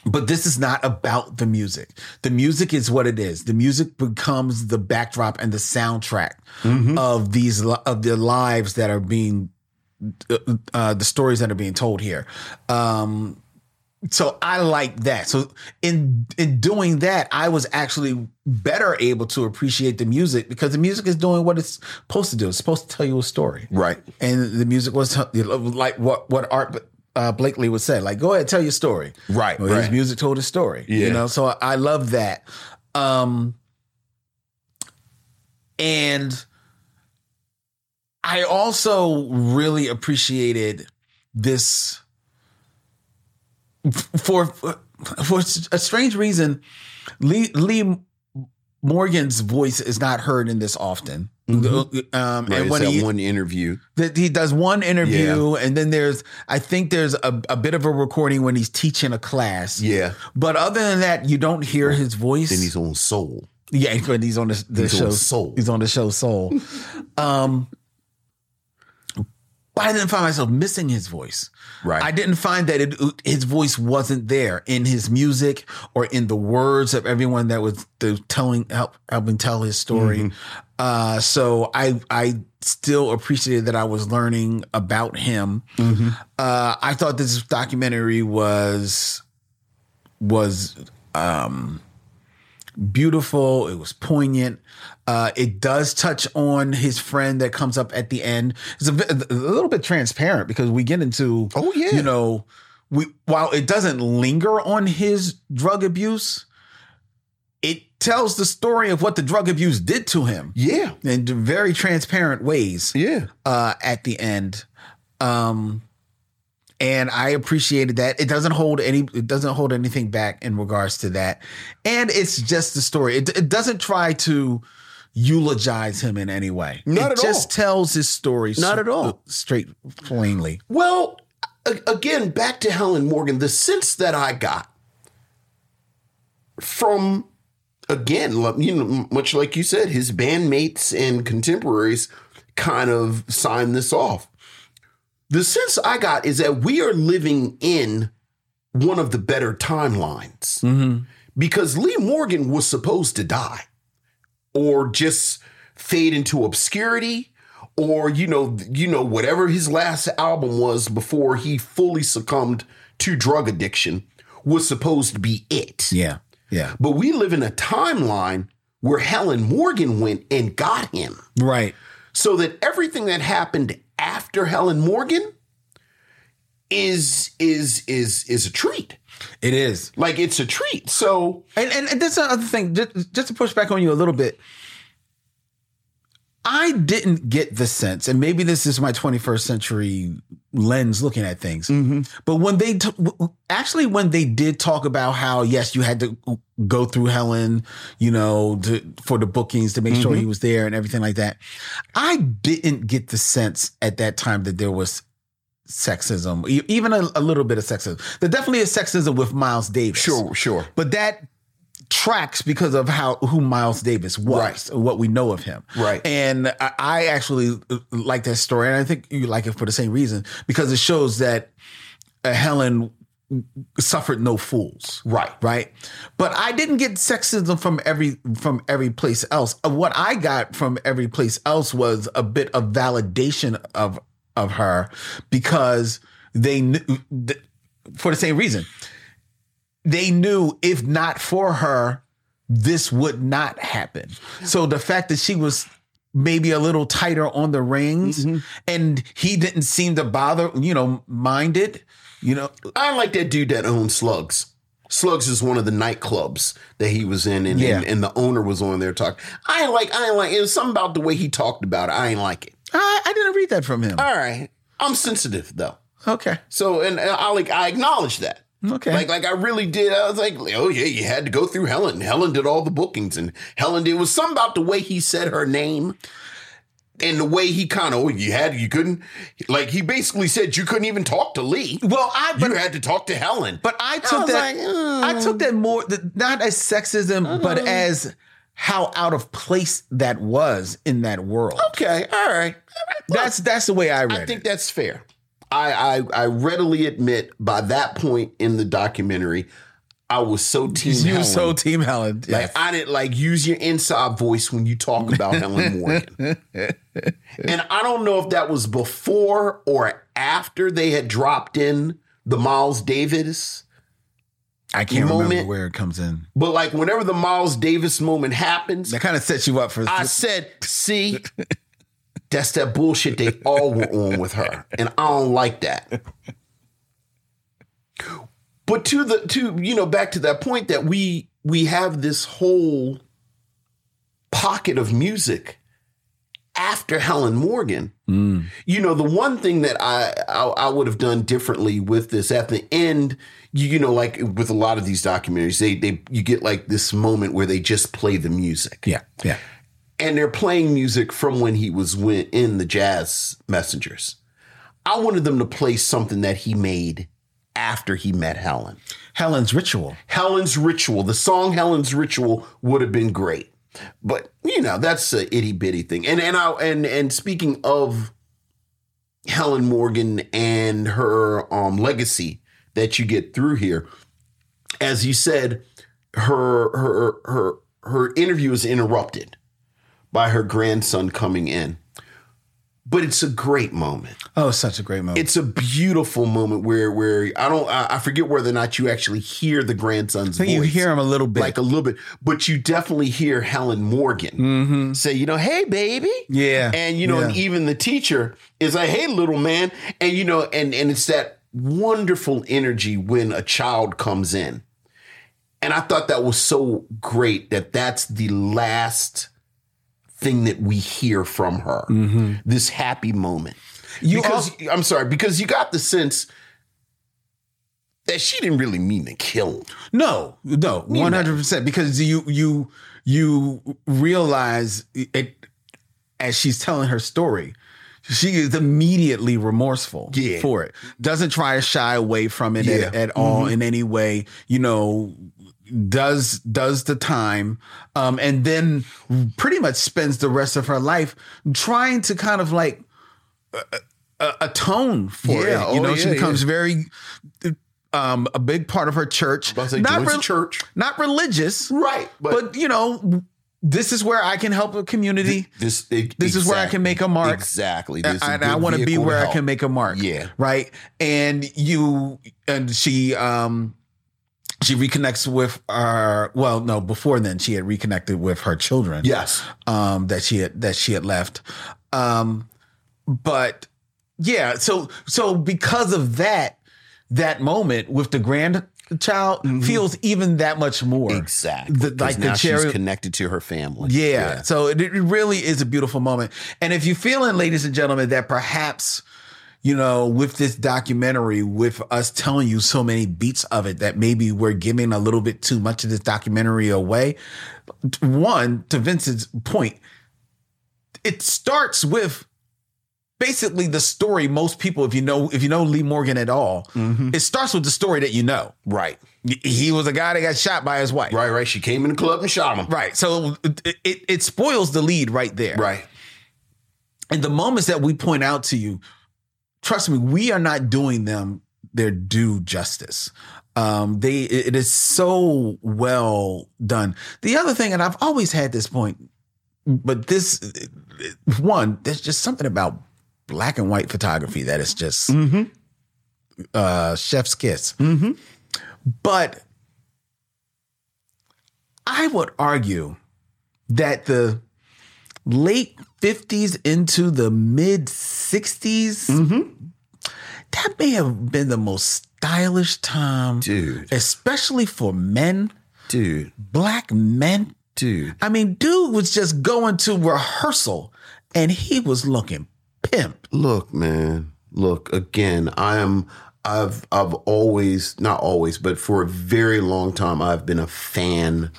[SPEAKER 1] But this is not about the music. The music is what it is. The music becomes the backdrop and the soundtrack of these li- of the lives that are being uh, uh, the stories that are being told here. Um, so I like that. So in in doing that, I was actually better able to appreciate the music because the music is doing what it's supposed to do. It's supposed to tell you a story,
[SPEAKER 2] Right.
[SPEAKER 1] And the music was you know, like what what Art uh, Blakely would say, like go ahead, tell your story,
[SPEAKER 2] Right,
[SPEAKER 1] Well, His
[SPEAKER 2] right.
[SPEAKER 1] music told his story, you
[SPEAKER 2] Yeah.
[SPEAKER 1] know. So I, I love that. Um, and I also really appreciated this for for a strange reason, Lee Lee Morgan's voice is not heard in this often. Um,
[SPEAKER 2] Mm-hmm. Right,
[SPEAKER 1] and
[SPEAKER 2] it's
[SPEAKER 1] when
[SPEAKER 2] that
[SPEAKER 1] he,
[SPEAKER 2] one interview.
[SPEAKER 1] that he does one interview, and then there's I think there's a, a bit of a recording when he's teaching a class.
[SPEAKER 2] Yeah.
[SPEAKER 1] But other than that, you don't hear his voice.
[SPEAKER 2] Then he's on Soul.
[SPEAKER 1] yeah, but he's on the, the
[SPEAKER 2] He's on
[SPEAKER 1] show
[SPEAKER 2] Soul.
[SPEAKER 1] He's on the show Soul. um, but I didn't find myself missing his voice.
[SPEAKER 2] Right.
[SPEAKER 1] I didn't find that it, his voice wasn't there in his music or in the words of everyone that was the telling help, helping tell his story.
[SPEAKER 2] Mm-hmm.
[SPEAKER 1] Uh, so I I still appreciated that I was learning about him.
[SPEAKER 2] Mm-hmm.
[SPEAKER 1] Uh, I thought this documentary was was um, beautiful. It was poignant. Uh, it does touch on his friend that comes up at the end. It's a, bit, a little bit transparent because we get into
[SPEAKER 2] Oh, yeah.
[SPEAKER 1] you know we while it doesn't linger on his drug abuse, it tells the story of what the drug abuse did to him
[SPEAKER 2] Yeah.
[SPEAKER 1] in very transparent ways
[SPEAKER 2] Yeah.
[SPEAKER 1] uh, at the end. Um, and I appreciated that. It doesn't hold any. It doesn't hold anything back in regards to that. And it's just the story. It, it doesn't try to eulogize him in any way. it
[SPEAKER 2] Not at all.
[SPEAKER 1] just tells his story.
[SPEAKER 2] Not
[SPEAKER 1] s-
[SPEAKER 2] at all.
[SPEAKER 1] Straight, plainly.
[SPEAKER 2] Well, a- again, back to Helen Morgan, the sense that I got from again, like, you know, much like you said, his bandmates and contemporaries kind of signed this off. The sense I got is that we are living in one of the better timelines because Lee Morgan was supposed to die or just fade into obscurity or you know you know whatever his last album was before he fully succumbed to drug addiction was supposed to be it
[SPEAKER 1] Yeah. Yeah.
[SPEAKER 2] but we live in a timeline where Helen Morgan went and got him
[SPEAKER 1] Right.
[SPEAKER 2] so that everything that happened after Helen Morgan is is is is a treat
[SPEAKER 1] It is.
[SPEAKER 2] like it's a treat so
[SPEAKER 1] And and, and that's another thing. Just, just to push back on you a little bit, I didn't get the sense, and maybe this is my 21st century lens looking at things. But when they t- actually when they did talk about how yes, you had to go through Helen, you know, to, for the bookings to make sure he was there and everything like that, I didn't get the sense at that time that there was sexism, e- even a, a little bit of sexism. There definitely is sexism with Miles Davis
[SPEAKER 2] sure
[SPEAKER 1] but that tracks because of how who Miles Davis was,
[SPEAKER 2] Right.
[SPEAKER 1] what we know of him.
[SPEAKER 2] Right.
[SPEAKER 1] And I, I actually like that story, and I think you like it for the same reason because it shows that uh, Helen suffered no fools.
[SPEAKER 2] Right.
[SPEAKER 1] Right. But I didn't get sexism from every from every place else. Uh, What I got from every place else was a bit of validation of of her because they knew th- for the same reason. They knew if not for her, this would not happen. So the fact that she was maybe a little tighter on the rings and he didn't seem to bother, you know, mind it, you know,
[SPEAKER 2] I like that dude that owned Slugs. Slugs is one of the nightclubs that he was in, and,
[SPEAKER 1] Yeah.
[SPEAKER 2] and, and the owner was on there talking. I ain't like, I ain't like. It was something about the way he talked about it. I ain't like it.
[SPEAKER 1] I, I didn't read that from him.
[SPEAKER 2] All right, I'm sensitive though.
[SPEAKER 1] Okay.
[SPEAKER 2] So, and and I like, I acknowledge that.
[SPEAKER 1] Okay.
[SPEAKER 2] Like, like I really did. I was like, oh yeah, you had to go through Helen. Helen did all the bookings, and Helen did. It was something about the way he said her name, and the way he kind of, oh, you had, you couldn't. Like he basically said, you couldn't even talk to Lee.
[SPEAKER 1] well, I but
[SPEAKER 2] you had to talk to Helen.
[SPEAKER 1] but I uh, took
[SPEAKER 2] was
[SPEAKER 1] that
[SPEAKER 2] like, mm.
[SPEAKER 1] I took that more th- not as sexism, but as how out of place that was in that world.
[SPEAKER 2] Okay, all right.
[SPEAKER 1] That's that's the way I read
[SPEAKER 2] I think
[SPEAKER 1] it.
[SPEAKER 2] that's fair. I, I I readily admit by that point in the documentary, I was so team
[SPEAKER 1] you
[SPEAKER 2] Helen.
[SPEAKER 1] so team Helen.
[SPEAKER 2] like I didn't like use your inside voice when you talk about Helen Morgan. And I don't know if that was before or after they had dropped in the Miles Davis,
[SPEAKER 1] I can't remember
[SPEAKER 2] moment-
[SPEAKER 1] where it comes in.
[SPEAKER 2] but like whenever the Miles Davis moment happens,
[SPEAKER 1] That kind of sets you up for
[SPEAKER 2] I said, see, that's that bullshit they all were on with her. And I don't like that. But to the to, you know, back to that point that we we have this whole pocket of music after Helen Morgan. You know, the one thing that I, I I would have done differently with this at the end, you, you know, like with a lot of these documentaries, they they you get like this moment where they just play the music
[SPEAKER 1] yeah, yeah.
[SPEAKER 2] and they're playing music from when he was wi- in the Jazz Messengers. I wanted them to play something that he made after he met Helen.
[SPEAKER 1] Helen's Ritual.
[SPEAKER 2] Helen's Ritual. The song Helen's Ritual would have been great. But you know, that's a itty bitty thing. And and I and and speaking of Helen Morgan and her um legacy that you get through here, as you said, her her her her interview is interrupted by her grandson coming in. But it's a great moment.
[SPEAKER 1] Oh, such a great moment.
[SPEAKER 2] It's a beautiful moment where where I don't I, I forget whether or not you actually hear the grandson's
[SPEAKER 1] I think you
[SPEAKER 2] voice,
[SPEAKER 1] hear him a little bit.
[SPEAKER 2] like a little bit, but you definitely hear Helen Morgan say, you know, hey baby,
[SPEAKER 1] yeah.
[SPEAKER 2] and you know,
[SPEAKER 1] Mm-hmm. yeah.
[SPEAKER 2] and even the teacher is like, hey little man, and you know, and and it's that wonderful energy when a child comes in, and I thought that was so great that that's the last thing that we hear from her
[SPEAKER 1] Mm-hmm.
[SPEAKER 2] this happy moment
[SPEAKER 1] You
[SPEAKER 2] because I'm sorry, because you got the sense that she didn't really mean to kill him.
[SPEAKER 1] No, no, one hundred percent. Because you you you realize it as she's telling her story. She is immediately remorseful
[SPEAKER 2] Yeah.
[SPEAKER 1] for it. Doesn't try to shy away from it
[SPEAKER 2] Yeah. Mm-hmm.
[SPEAKER 1] at, at all in any way. You know, does does the time, um, and then pretty much spends the rest of her life trying to kind of like uh, uh, atone for
[SPEAKER 2] Yeah.
[SPEAKER 1] it. You
[SPEAKER 2] Oh,
[SPEAKER 1] know, she
[SPEAKER 2] yeah,
[SPEAKER 1] becomes very um, a big part of her church.
[SPEAKER 2] About to say, joins the church.
[SPEAKER 1] Not religious,
[SPEAKER 2] Right,
[SPEAKER 1] but, you know, this is where I can help a community.
[SPEAKER 2] this e-
[SPEAKER 1] This is where I can make a mark.
[SPEAKER 2] Exactly. This is a
[SPEAKER 1] and I
[SPEAKER 2] good
[SPEAKER 1] want to be
[SPEAKER 2] vehicle
[SPEAKER 1] where I
[SPEAKER 2] help.
[SPEAKER 1] can make a mark.
[SPEAKER 2] Yeah.
[SPEAKER 1] Right. And you and she um she reconnects with her well, no, before then she had reconnected with her children
[SPEAKER 2] Yes.
[SPEAKER 1] um, that she had that she had left. Um, but yeah, so so because of that, that moment with the grandchild feels even that much more
[SPEAKER 2] Mm-hmm. Exactly.
[SPEAKER 1] The,
[SPEAKER 2] 'Cause
[SPEAKER 1] like the
[SPEAKER 2] now
[SPEAKER 1] cherry.
[SPEAKER 2] she's connected to her family.
[SPEAKER 1] yeah. So it, it really is a beautiful moment. And if you're feeling, ladies and gentlemen, that perhaps you know, with this documentary, with us telling you so many beats of it that maybe we're giving a little bit too much of this documentary away. One, to Vincent's point, it starts with basically the story most people, if you know, if you know Lee Morgan at all, it starts with the story that you know.
[SPEAKER 2] Right.
[SPEAKER 1] He was a guy that got shot by his wife.
[SPEAKER 2] Right. Right. She came in the club and shot him.
[SPEAKER 1] Right. So it, it, it spoils the lead right there.
[SPEAKER 2] Right.
[SPEAKER 1] And the moments that we point out to you, trust me, we are not doing them their due justice. Um, they it it is so well done. The other thing, and I've always had this point, but this one, there's just something about black and white photography that is just uh, chef's kiss. But I would argue that the late 50s into the mid 60s, that may have been the most stylish time,
[SPEAKER 2] Dude.
[SPEAKER 1] especially for men,
[SPEAKER 2] Dude.
[SPEAKER 1] black men.
[SPEAKER 2] Dude.
[SPEAKER 1] I mean, dude was just going to rehearsal and he was looking pimp.
[SPEAKER 2] Look, man. Look, again, I am I've I've always not always, but for a very long time I've been a fan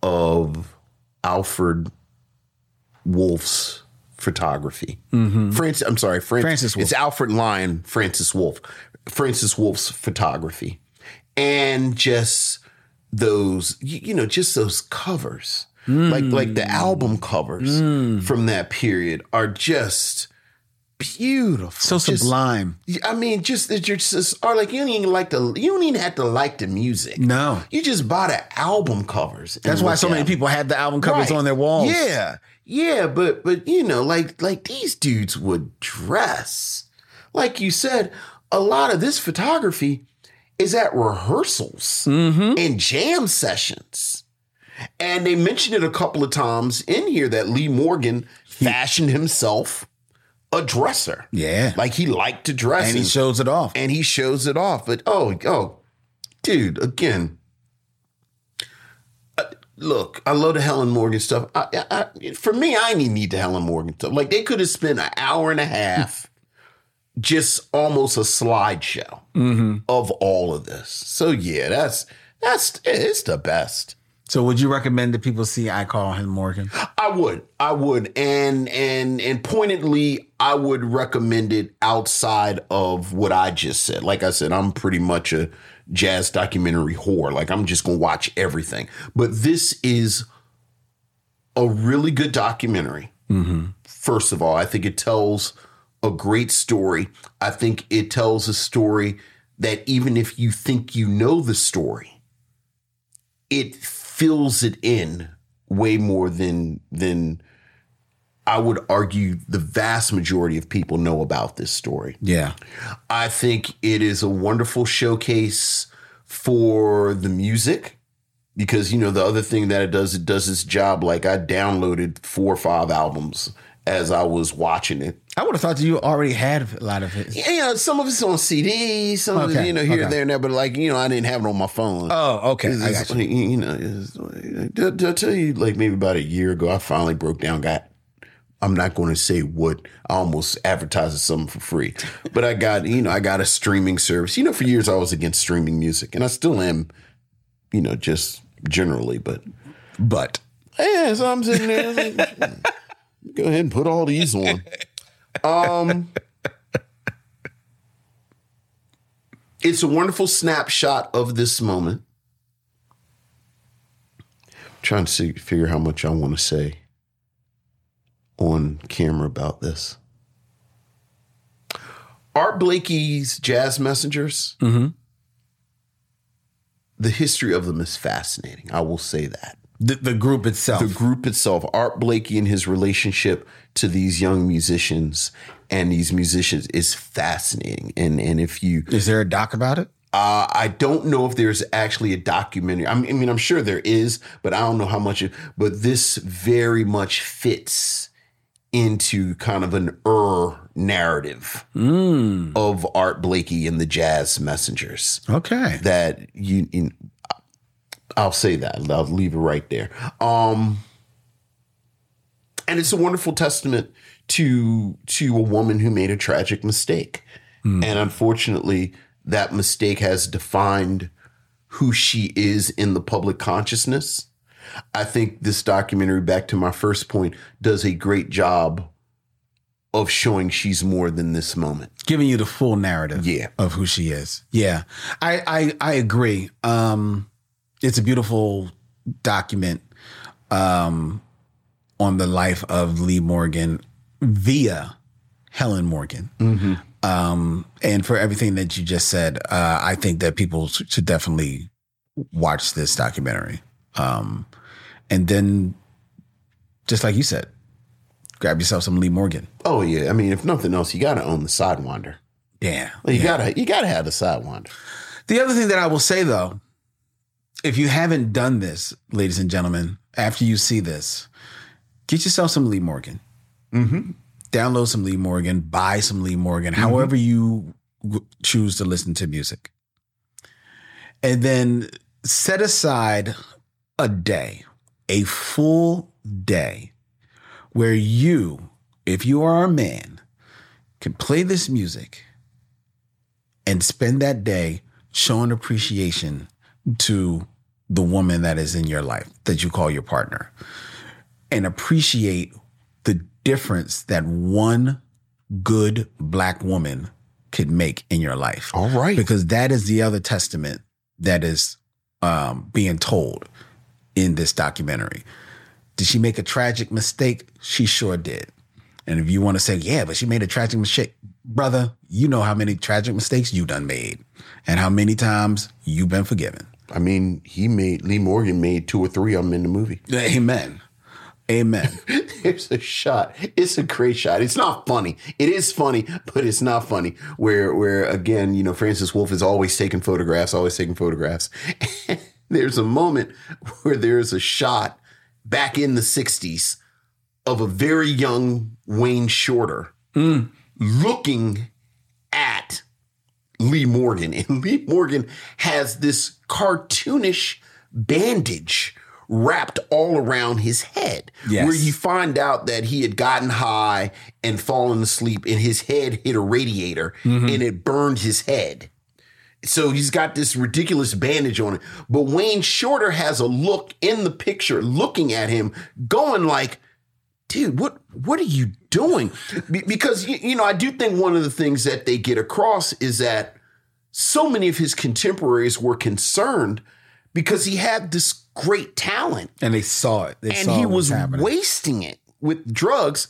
[SPEAKER 2] of Alfred Wolf's photography. Francis I'm sorry, Francis,
[SPEAKER 1] Mm-hmm. Francis Wolff.
[SPEAKER 2] It's Alfred Lyon, Francis Wolf. Francis Wolf's photography. And just those y- you know, just those covers.
[SPEAKER 1] Mm.
[SPEAKER 2] Like like the album covers from that period are just beautiful.
[SPEAKER 1] So
[SPEAKER 2] Just-
[SPEAKER 1] sublime.
[SPEAKER 2] I mean, just that you're just or like you don't even like the you don't even have to like the music.
[SPEAKER 1] No.
[SPEAKER 2] You just buy the album covers. and
[SPEAKER 1] That's why
[SPEAKER 2] look
[SPEAKER 1] so
[SPEAKER 2] at
[SPEAKER 1] many
[SPEAKER 2] them.
[SPEAKER 1] people have the album covers
[SPEAKER 2] Right.
[SPEAKER 1] on their walls.
[SPEAKER 2] Yeah. Yeah, but but you know, like like these dudes would dress. Like you said, a lot of this photography is at rehearsals
[SPEAKER 1] Mm-hmm.
[SPEAKER 2] and jam sessions. And they mentioned it a couple of times in here that Lee Morgan fashioned himself a dresser.
[SPEAKER 1] Yeah.
[SPEAKER 2] Like he liked to dress
[SPEAKER 1] and he
[SPEAKER 2] and-
[SPEAKER 1] shows it off.
[SPEAKER 2] and he shows it off. But oh, oh, dude, again. Uh, Look, I love the Helen Morgan stuff. I, I, I, for me, I didn't need the Helen Morgan stuff. Like they could have spent an hour and a half, just almost a slideshow of all of this. So yeah, that's that's it's the best.
[SPEAKER 1] So would you recommend that people see I Call Him Morgan?
[SPEAKER 2] I would, I would, and and and pointedly, I would recommend it outside of what I just said. Like I said, I'm pretty much a jazz documentary whore. Like I'm just gonna watch everything. But this is a really good documentary. First of all, I think it tells a great story. I think it tells a story that even if you think you know the story, it fills it in way more than than I would argue the vast majority of people know about this story.
[SPEAKER 1] Yeah.
[SPEAKER 2] I think it is a wonderful showcase for the music because you know the other thing that it does it does its job like I downloaded four or five albums as I was watching it.
[SPEAKER 1] I would have thought that you already had a lot of it.
[SPEAKER 2] Yeah, you know, some of it's on CD, some of it,
[SPEAKER 1] Okay,
[SPEAKER 2] you know here
[SPEAKER 1] okay.
[SPEAKER 2] and there and there, but like you know I didn't have it on my phone.
[SPEAKER 1] Oh, okay.
[SPEAKER 2] It's
[SPEAKER 1] I
[SPEAKER 2] just
[SPEAKER 1] got you.
[SPEAKER 2] like, you. know, it's like- did, did I tell you like maybe about a year ago, I finally broke down. Got I'm not going to say what I almost advertised something for free, but I got you know I got a streaming service. You know, for years I was against streaming music, and I still am. You know, just generally, but
[SPEAKER 1] But
[SPEAKER 2] yeah, so I'm sitting there. like, go ahead and put all these on. Um, it's a wonderful snapshot of this moment. trying to see, figure how much I want to say on camera about this. Art Blakey's Jazz Messengers. The history of them is fascinating. I will say that
[SPEAKER 1] The, the group itself.
[SPEAKER 2] the group itself, Art Blakey and his relationship to these young musicians and these musicians is fascinating. And and if you,
[SPEAKER 1] Is there a doc about it?
[SPEAKER 2] uh, I don't know if there's actually a documentary. I mean, I mean, I'm sure there is, but I don't know how much. It, but this very much fits into kind of an er narrative of Art Blakey and the Jazz Messengers
[SPEAKER 1] Okay.
[SPEAKER 2] that you, you I'll say that. I'll leave it right there. Um and it's a wonderful testament to to a woman who made a tragic mistake. And unfortunately, that mistake has defined who she is in the public consciousness. I think this documentary, back to my first point, does a great job of showing she's more than this moment.
[SPEAKER 1] giving you the full narrative
[SPEAKER 2] Yeah.
[SPEAKER 1] of who she is. Yeah. I I I agree. Um it's a beautiful document um on the life of Lee Morgan via Helen Morgan.
[SPEAKER 2] Mm-hmm.
[SPEAKER 1] Um and for everything that you just said, uh I think that people sh- should definitely watch this documentary. Um and then just like you said, grab yourself some Lee Morgan.
[SPEAKER 2] Oh yeah, I mean, if nothing else, you got to own the sidewinder.
[SPEAKER 1] Yeah.
[SPEAKER 2] You gotta, you gotta have the sidewinder.
[SPEAKER 1] The other thing that I will say though, if you haven't done this, ladies and gentlemen, after you see this, get yourself some Lee Morgan. Download some Lee Morgan, buy some Lee Morgan, however you w- choose to listen to music. And then set aside a day, a full day, where you, if you are a man, can play this music and spend that day showing appreciation to the woman that is in your life that you call your partner and appreciate the difference that one good black woman could make in your life.
[SPEAKER 2] All right.
[SPEAKER 1] Because that is the other testament that is um, being told in this documentary. Did she make a tragic mistake? She sure did. And if you want to say, yeah, but she made a tragic mistake, brother, you know how many tragic mistakes you done made and how many times you've been forgiven.
[SPEAKER 2] I mean, he made Lee Morgan made two or three of them in the movie.
[SPEAKER 1] Amen. Amen.
[SPEAKER 2] There's a shot. It's a great shot. It's not funny. It is funny, but it's not funny. Where where again, you know, Francis Wolf is always taking photographs, always taking photographs. there's a moment where there's a shot back in the 60s of a very young Wayne Shorter looking at Lee Morgan. And Lee Morgan has this cartoonish bandage wrapped all around his head,
[SPEAKER 1] Yes.
[SPEAKER 2] where you find out that he had gotten high and fallen asleep, and his head hit a radiator and it burned his head. So he's got this ridiculous bandage on it. But Wayne Shorter has a look in the picture looking at him, going like, dude, what what are you doing? Be- because you, you know, I do think one of the things that they get across is that so many of his contemporaries were concerned because he had this great talent
[SPEAKER 1] and they saw it. They
[SPEAKER 2] and
[SPEAKER 1] saw
[SPEAKER 2] he
[SPEAKER 1] what
[SPEAKER 2] was
[SPEAKER 1] happening.
[SPEAKER 2] wasting it with drugs.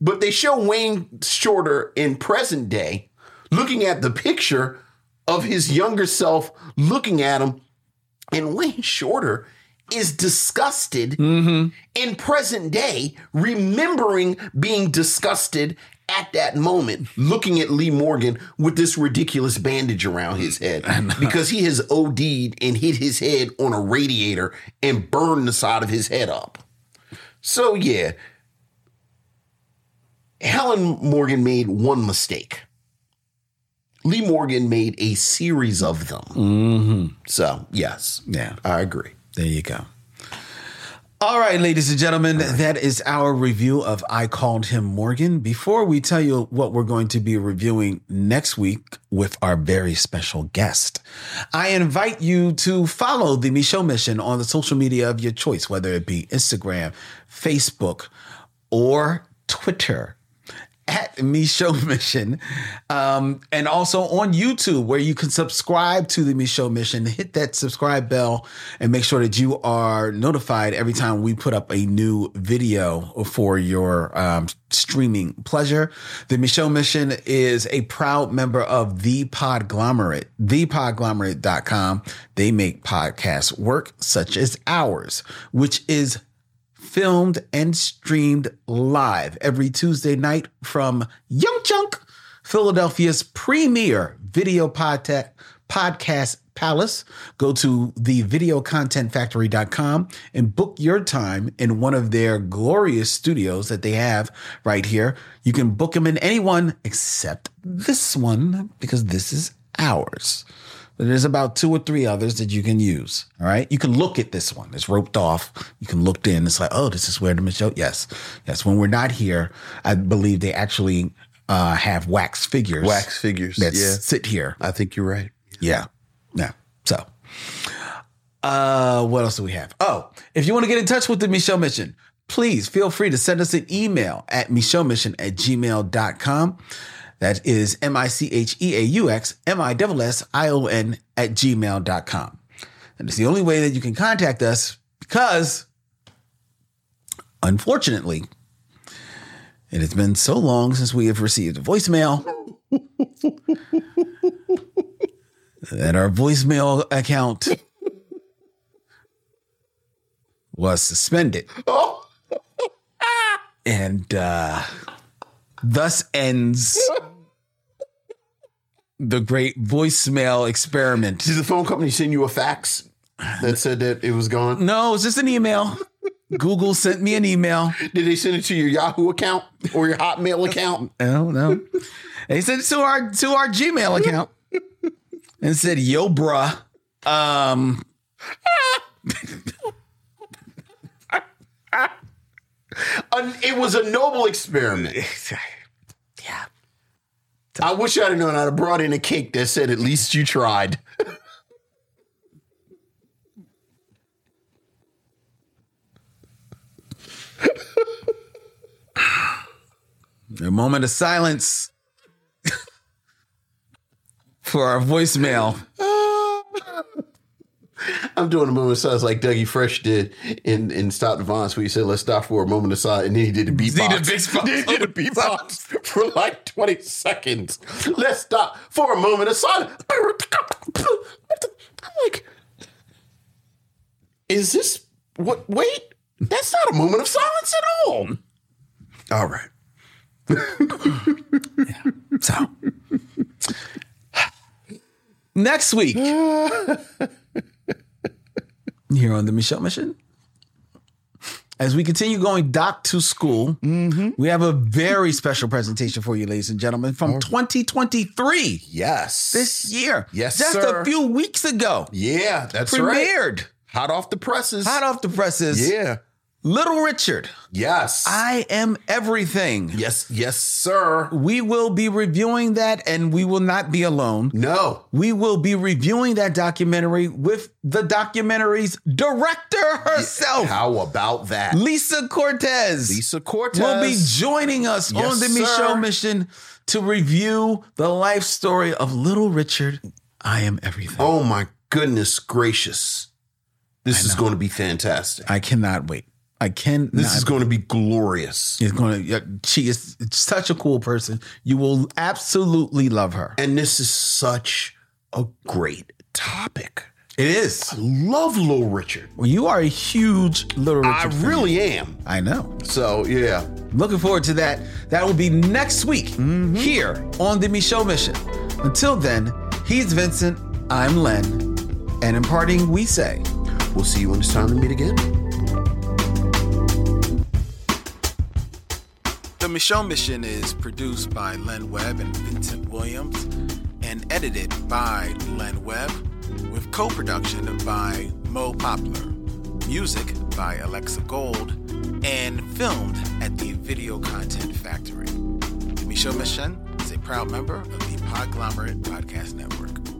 [SPEAKER 2] But they show Wayne Shorter in present day looking at the picture of his younger self looking at him. And Wayne Shorter is disgusted
[SPEAKER 1] Hmm.
[SPEAKER 2] in present day, remembering being disgusted at that moment, looking at Lee Morgan with this ridiculous bandage around his head because he has OD'd and hit his head on a radiator and burned the side of his head up. So, yeah, Helen Morgan made one mistake. Lee Morgan made a series of them. So, yes.
[SPEAKER 1] Yeah.
[SPEAKER 2] I agree.
[SPEAKER 1] There you go. All right, ladies and gentlemen, that is our review of I Called Him Morgan. Before we tell you what we're going to be reviewing next week with our very special guest, I invite you to follow the Michaud Mission on the social media of your choice, whether it be Instagram, Facebook, or Twitter at Me Show Mission, um, and also on YouTube, where you can subscribe to the Me Show Mission. Hit that subscribe bell and make sure that you are notified every time we put up a new video for your um, streaming pleasure. The Me Show Mission is a proud member of the Podglomerate, thepodglomerate.com. They make podcasts work, such as ours, which is filmed and streamed live every Tuesday night from Young Chunk, Philadelphia's premier video podta- podcast palace. Go to thevideocontentfactory.com and book your time in one of their glorious studios that they have right here. You can book them in any one except this one because this is ours. But there's about two or three others that you can use. All right. You can look at this one. It's roped off. You can look in. It's like, oh, this is where the Michelle. Yes. Yes. When we're not here, I believe they actually uh, have wax figures.
[SPEAKER 2] Wax figures.
[SPEAKER 1] That
[SPEAKER 2] yeah.
[SPEAKER 1] sit here.
[SPEAKER 2] I think you're right.
[SPEAKER 1] Yeah. Yeah. So, uh, what else do we have? Oh, if you want to get in touch with the Michelle Mission, please feel free to send us an email at michellemission at gmail.com. That is M I C H E A U X M I S S I O N at gmail.com. And it's the only way that you can contact us because, unfortunately, it has been so long since we have received a voicemail. that our voicemail account was suspended. and uh, thus ends the great voicemail experiment.
[SPEAKER 2] Did the phone company send you a fax that said that it was gone?
[SPEAKER 1] No, it's just an email. Google sent me an email.
[SPEAKER 2] Did they send it to your Yahoo account or your Hotmail account?
[SPEAKER 1] No, no. They sent it to our to our Gmail account and said, "Yo, bruh." Um,
[SPEAKER 2] An- it was a noble experiment.
[SPEAKER 1] yeah.
[SPEAKER 2] I wish I'd have known. I'd have brought in a cake that said, "At least you tried."
[SPEAKER 1] A moment of silence for our voicemail.
[SPEAKER 2] I'm doing a moment of silence like Dougie Fresh did in in Stop the Violence, where he said, "Let's stop for a moment of silence," and then he did a beatbox.
[SPEAKER 1] did a beatbox.
[SPEAKER 2] Then he did a beatbox for like 20 seconds. Let's stop for a moment of silence. I'm like, is this what? Wait, that's not a moment of silence at all. All right.
[SPEAKER 1] So next week here on the Michelle Mission, as we continue going doc to school,
[SPEAKER 2] Mm-hmm.
[SPEAKER 1] we have a very special presentation for you, ladies and gentlemen, from
[SPEAKER 2] Oh.
[SPEAKER 1] 2023
[SPEAKER 2] Yes.
[SPEAKER 1] this year.
[SPEAKER 2] Yes,
[SPEAKER 1] just
[SPEAKER 2] sir.
[SPEAKER 1] a few weeks ago,
[SPEAKER 2] Yeah, that's right.
[SPEAKER 1] premiered
[SPEAKER 2] Hot off the presses.
[SPEAKER 1] hot off the presses.
[SPEAKER 2] Yeah.
[SPEAKER 1] Little Richard.
[SPEAKER 2] Yes.
[SPEAKER 1] I am everything.
[SPEAKER 2] Yes, yes, sir.
[SPEAKER 1] We will be reviewing that and we will not be alone.
[SPEAKER 2] No.
[SPEAKER 1] We will be reviewing that documentary with the documentary's director herself,
[SPEAKER 2] How about that?
[SPEAKER 1] Lisa Cortez.
[SPEAKER 2] Lisa Cortez
[SPEAKER 1] will be joining us
[SPEAKER 2] Yes,
[SPEAKER 1] on the
[SPEAKER 2] sir.
[SPEAKER 1] Michelle mission to review the life story of Little Richard. I am everything.
[SPEAKER 2] Oh my goodness gracious. This is going to be fantastic.
[SPEAKER 1] I cannot wait. I can.
[SPEAKER 2] This is going to be glorious.
[SPEAKER 1] It's going to. She is such a cool person. You will absolutely love her.
[SPEAKER 2] And this is such a great topic.
[SPEAKER 1] It is.
[SPEAKER 2] Love Little Richard.
[SPEAKER 1] Well, you are a huge Little Richard.
[SPEAKER 2] I
[SPEAKER 1] fan.
[SPEAKER 2] really am.
[SPEAKER 1] I know.
[SPEAKER 2] So, yeah.
[SPEAKER 1] Looking forward to that. That will be next week here on the Michelle Mission. Until then, he's Vincent. I'm Len. And in parting, we say.
[SPEAKER 2] We'll see you when it's time to meet again.
[SPEAKER 1] The Michelle Mission is produced by Len Webb and Vincent Williams and edited by Len Webb with co production by Mo Poplar, music by Alexa Gold, and filmed at the Video Content Factory. The Michelle Mission is a proud member of the Podglomerate Podcast Network.